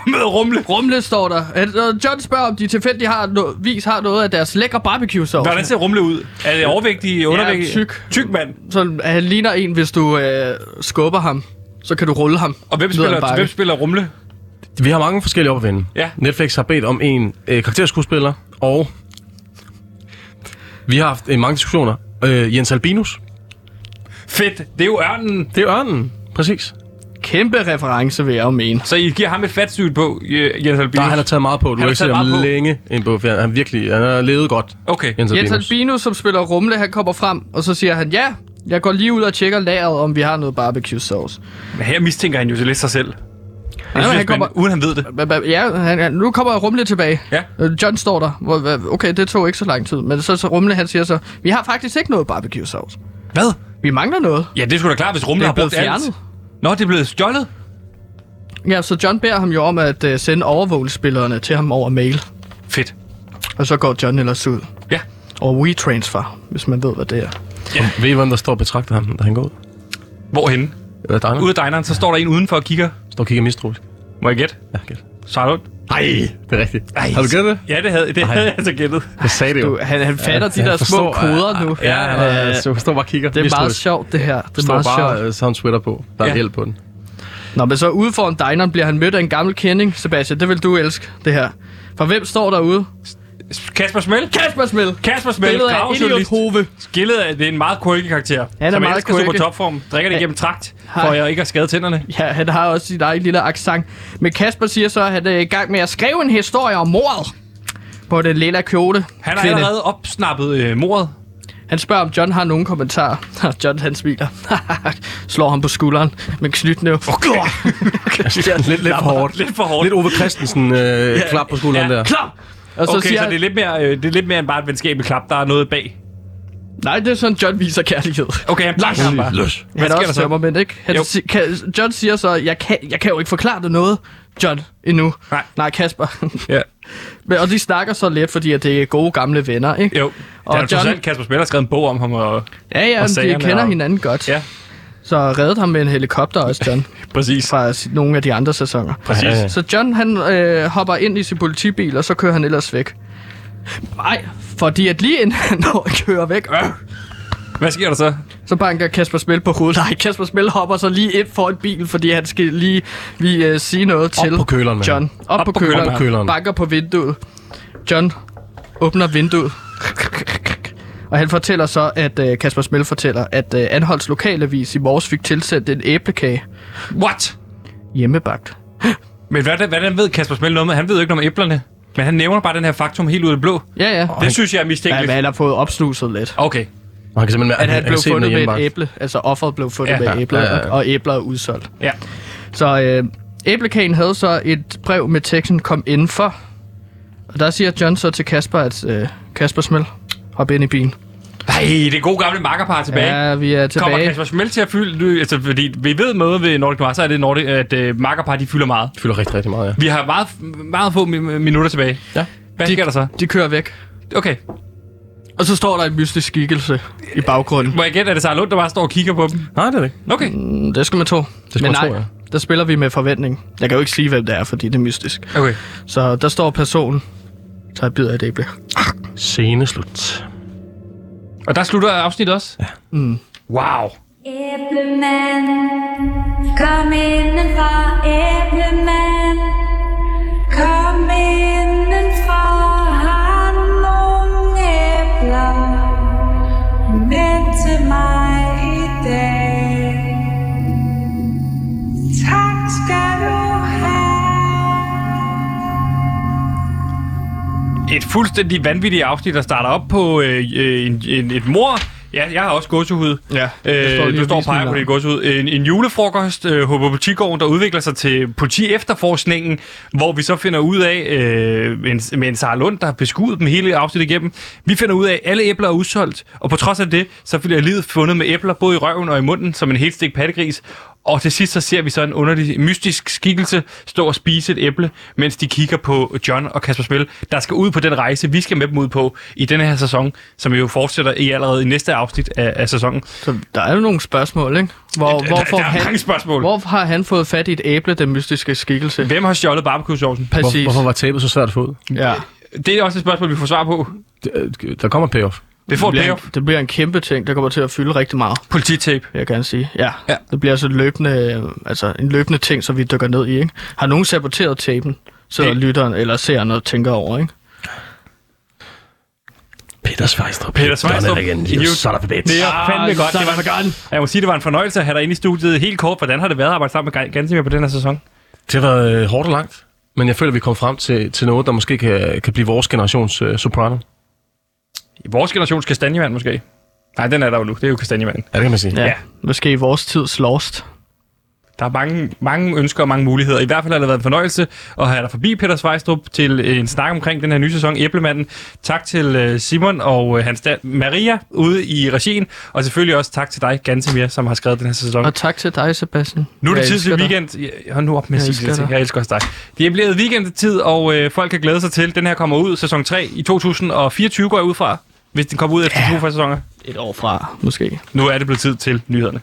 S1: Mød Rumle.
S2: Rumle står der. Han- og John spørger, om de tilfældigt har no- vis har noget af deres lækre barbecue sauce.
S1: Hvordan ser Rumle ud? Er det overvægtig, undervægtig?
S2: tyk.
S1: Tyk mand.
S2: Så han ligner en, hvis du øh, skubber ham. Så kan du rulle ham.
S1: Og hvem
S2: ned ad en
S1: spiller,
S2: bakke.
S1: hvem spiller Rumle?
S3: Vi har mange forskellige op at vende.
S1: Ja.
S3: Netflix har bedt om en øh, karakterskuespiller, og vi har haft øh, mange diskussioner. Øh, Jens Albinus.
S1: Fedt. Det er jo ørnen.
S3: Det er ørnen, præcis.
S2: Kæmpe reference, vil jeg jo mene.
S1: Så I giver ham et fatsygt på, øh, Jens Albinus?
S3: Der han har taget meget på. Du har
S1: har
S3: ikke set
S1: taget
S3: ham
S1: meget på.
S3: længe ind på fjern. Han virkelig, han har levet godt.
S1: Okay.
S3: Jens
S2: Jens
S3: Albinus.
S2: Albino, som spiller Rumle, han kommer frem, og så siger han, ja, jeg går lige ud og tjekker lageret, om vi har noget barbecue sauce.
S1: Men her mistænker han jo så lidt sig selv.
S2: Ja,
S1: Jeg synes,
S2: han kommer,
S1: man, uden han ved det.
S2: Ba- ba- ja, han, han- nu kommer Rumle tilbage.
S1: Ja.
S2: Øh, John står der. Hvor- hva- Okay, det tog ikke så lang tid. Men så, så Rumle, han siger så, vi har faktisk ikke noget barbecue sauce.
S1: Hvad?
S2: Vi mangler noget.
S1: Ja, det skulle da klart, hvis Rumle
S2: Det er
S1: har brugt
S2: blevet fjernet.
S1: alt. Nå, det er blevet stjålet.
S2: Ja, så John beder ham jo om at øh, sende overvågelsesbillederne til ham over mail.
S1: Fedt.
S2: Og så går John ellers ud.
S1: Ja.
S2: Og WeTransfer, hvis man ved, hvad det er.
S3: Ved I, hvem der står og betragter ham, da han går ud?
S1: Hvorhenne?
S3: Eller dig,
S1: Ude af dineren, så står der en udenfor og kigger.
S3: Står og kigger mistroisk.
S1: Må jeg gætte?
S3: Ja, gæt.
S1: Sarlund?
S3: Ej, det er rigtigt. Ej, har du gættet det?
S1: Ja, det havde, det havde jeg så gættet.
S3: Jeg sagde det jo.
S2: Du, han, han fatter de
S3: han
S2: der små
S3: forstår,
S2: koder nu.
S3: Ja, han er,
S2: Øh,
S3: så står bare og kigger.
S2: det er meget
S3: mistroisk.
S2: sjovt, det her. Det er
S3: Står
S2: meget sjovt.
S3: bare øh, så har han sweater på. Der er
S1: Ja.
S3: ja. el på den.
S2: Nå, men så ude foran dineren bliver han mødt af en gammel kending, Sebastian. Det vil du elske, det her. For hvem står derude?
S1: Kasper Smell?
S2: Kasper Smil!
S1: Kasper Smell,
S2: Billedet af Idiot
S1: gravejournalist.
S2: Hove.
S1: Skillet af, det er en meget quirky karakter.
S2: Han er
S1: som
S2: meget
S1: ellers kan stå på
S2: quirky.
S1: topform. Drikker det igennem trakt,
S2: Hej.
S1: for jeg ikke har skadet tænderne.
S2: Ja, han har også sit eget lille accent. Men Kasper siger så, at han er i gang med at skrive en historie om mordet på den lilla kjole.
S1: Han har
S2: kvinde.
S1: allerede opsnappet øh, mordet.
S2: Han spørger, om John har nogen kommentarer. (laughs) Og John, han smiler. (laughs) Slår ham på skulderen med knytnæve. (laughs) Okay.
S3: lidt, lidt for hårdt.
S1: Lidt for hårdt.
S3: Lidt Ove Christensen øh, klap på skulderen
S1: ja.
S3: der.
S2: Og så
S1: Okay,
S2: siger
S1: så det er, lidt mere, øh, det er lidt mere end bare et venskabeligt klap. Der er noget bag.
S2: Nej, det er sådan, John viser kærlighed.
S1: Okay, han blander ham bare.
S3: Løs.
S2: Men
S1: sker
S2: også
S1: der så?
S2: tømmermænd, ikke? Han
S1: Jo.
S2: si- kan, John siger så, jeg kan, jeg kan jo ikke forklare dig noget, John, endnu.
S1: Nej.
S2: Nej, Kasper. (laughs)
S1: Ja.
S2: Men, og de snakker så lidt, fordi at det er gode gamle venner, ikke?
S1: Jo.
S2: Og
S1: Og der er
S2: John-
S1: John... Kasper Spiller har skrevet en bog om ham, og
S2: Ja, ja,
S1: Og
S2: men de
S1: sagerne
S2: kender
S1: og-
S2: hinanden godt.
S1: Ja.
S2: Så reddede ham med en helikopter også,
S1: (laughs)
S2: John,
S1: præcis.
S2: fra s- nogle af de andre sæsoner.
S1: præcis. Ja,
S2: Så John, han øh, hopper ind i sin politibil, og så kører han ellers væk. Nej, fordi at lige inden (laughs) han når at køre væk, øh,
S1: Hvad sker der så?
S2: så banker Kasper Smell på hovedet. Nej, Kasper Smell hopper så lige ind for en bil, fordi han skal lige vi, øh, sige noget til
S3: på køleren, mand.
S2: John. Op, Op på,
S1: på
S2: køleren.
S1: køleren.
S2: Op
S3: Op på køleren.
S2: Banker på vinduet. John åbner vinduet. Og han fortæller så, at øh, Kasper Smell fortæller, at øh, Anholds lokalavis i morges fik tilsendt en æblekage
S1: What?
S2: hjemmebagt.
S1: Men hvordan, hvordan ved Kasper Smell noget med? Han ved jo ikke noget om æblerne. Men han nævner bare den her faktum helt ud af det blå.
S2: Ja, ja.
S1: Det synes jeg er
S2: Ja, men
S1: mistænkeligt.
S2: han har fået opsnuset lidt.
S1: Okay.
S3: Og han kan simpelthen
S2: At han
S3: kan
S2: blev
S3: se den
S2: fundet
S3: er
S2: med et
S3: hjemmebagt.
S2: æble. Altså offeret blev fundet
S1: Ja,
S2: med
S1: ja,
S2: et æble,
S3: ja, ja.
S2: og æbler er udsolgt.
S1: Ja.
S2: Så øh, æblekagen havde så et brev med teksten, kom indenfor. Og der siger John så til Kasper, at øh, Kasper Smell, hop ind i bilen.
S1: Nej, det er gode gamle makkerpar tilbage.
S2: Ja, vi er
S1: Kommer
S2: tilbage.
S1: Kasper Smelt til at fylde... nu- Altså, fordi vi ved noget ved Nordic Noir, så er det Nordic, at øh, makkerpar, de fylder meget.
S3: Det fylder rigtig, rigtig meget, ja.
S1: Vi har meget, meget få mi- minutter tilbage.
S3: Ja.
S1: Hvad sker der så?
S2: De kører væk.
S1: Okay.
S2: Og så står der en mystisk skikkelse i baggrunden.
S1: Må jeg gætte, er det Sarah Lund, der bare står og kigger på dem?
S3: Nej, det er det ikke.
S1: Okay.
S2: Mm, Det skal man tro. Men
S3: skal man
S2: nej,
S3: tro, ja.
S2: der spiller vi med forventning. Jeg kan jo ikke sige, hvem det er, fordi det er mystisk.
S1: Okay.
S2: Så der står personen, tager et bid af et æble.
S3: Sceneslut.
S1: Og der slutter afsnittet også? Ja. Mm. Wow.
S4: Æblemand, kom indenfor, æblemand, kom indenfor, har du nogle æbler med til mig i dag? Tak skal du have.
S1: Et fuldstændig vanvittigt afsnit, der starter op på øh, øh, en, en, et mor. Ja, jeg har også gåsehud.
S2: Ja, jeg
S1: øh,
S2: står lige
S1: du
S2: og
S1: står og
S2: viser min
S1: peger på
S2: arm.
S1: dit gåsehud. En, en julefrokost øh, på politigården, der udvikler sig til politiefterforskningen, hvor vi så finder ud af, øh, med, en, med en Sarah Lund, der har beskudt dem hele afsnittet igennem, vi finder ud af, at alle æbler er udsolgt, og på trods af det, så bliver livet fundet med æbler både i røven og i munden, som en helt stik pattegris. Og til sidst så ser vi så en underlig, mystisk skikkelse stå og spise et æble, mens de kigger på John og Kasper Spil, der skal ud på den rejse, vi skal med dem ud på i denne her sæson, som jo fortsætter i allerede i næste afsnit af, af sæsonen.
S2: Så der er jo nogle spørgsmål, ikke? Hvor,
S1: Der-
S2: hvorfor,
S1: der er
S2: han,
S1: mange spørgsmål.
S2: hvorfor har han fået fat i et æble, den mystiske skikkelse?
S1: Hvem har stjålet barbecue-saucen?
S3: Hvor,
S2: Præcis.
S3: hvorfor var tabet så svært at få ud?
S2: Ja.
S1: Det er også et spørgsmål, vi får svar på.
S3: Det, øh, Der kommer et payoff.
S1: Det får et
S2: Det bliver,
S1: payoff.
S2: en, det bliver en kæmpe ting, der kommer til at fylde rigtig meget,
S1: Polititape.
S2: vil jeg gerne sige. Ja,
S1: Ja.
S2: det bliver altså løbende, øh, altså en løbende ting, som vi dykker ned i. Ikke? Har nogen saboteret tapen, så
S1: Det-
S2: lytteren eller seeren og tænker over, ikke?
S3: Peter Svejstrup.
S1: Peter Svejstrup. You son
S3: of a bitch.
S1: Det er fandme godt. Det Ah, var,
S2: godt.
S1: jeg må sige, det var en fornøjelse at have dig inde i studiet. Helt kort, hvordan har det været at arbejde sammen med Gansimir på den her sæson?
S3: Det har været øh, hårdt og langt, men jeg føler, at vi kom frem til, til noget, der måske kan, kan blive vores generations øh, soprano.
S1: I vores generations kastanjemand måske. Nej, den er der jo nu. Det er jo kastanjemanden.
S3: Ja, det kan man sige.
S2: Ja,
S1: Ja.
S2: måske i vores tids lost.
S1: Der er mange, mange ønsker og mange muligheder. I hvert fald har det været en fornøjelse at have dig forbi, Peter Svejstrup, til en snak omkring den her nye sæson, Æblemanden. Tak til øh, Simon og øh, hans da- Maria ude i regien. Og selvfølgelig også tak til dig, Gansimir, som har skrevet den her sæson.
S2: Og tak til dig, Sebastian.
S1: Nu er det
S2: Jeg
S1: tid til
S2: elsker dig.
S1: weekend. Ja, Hold nu op med at
S2: Jeg
S1: sige det
S2: elsker
S1: ting.
S2: dig.
S1: Jeg elsker også dig. Det er blevet weekendtid, og øh, folk kan glæde sig til. Den her kommer ud sæson 3 i 2024, går jeg ud fra. Hvis den kommer ud efter to første sæsoner.
S2: Et år fra, måske.
S1: Nu er det blevet tid til nyhederne.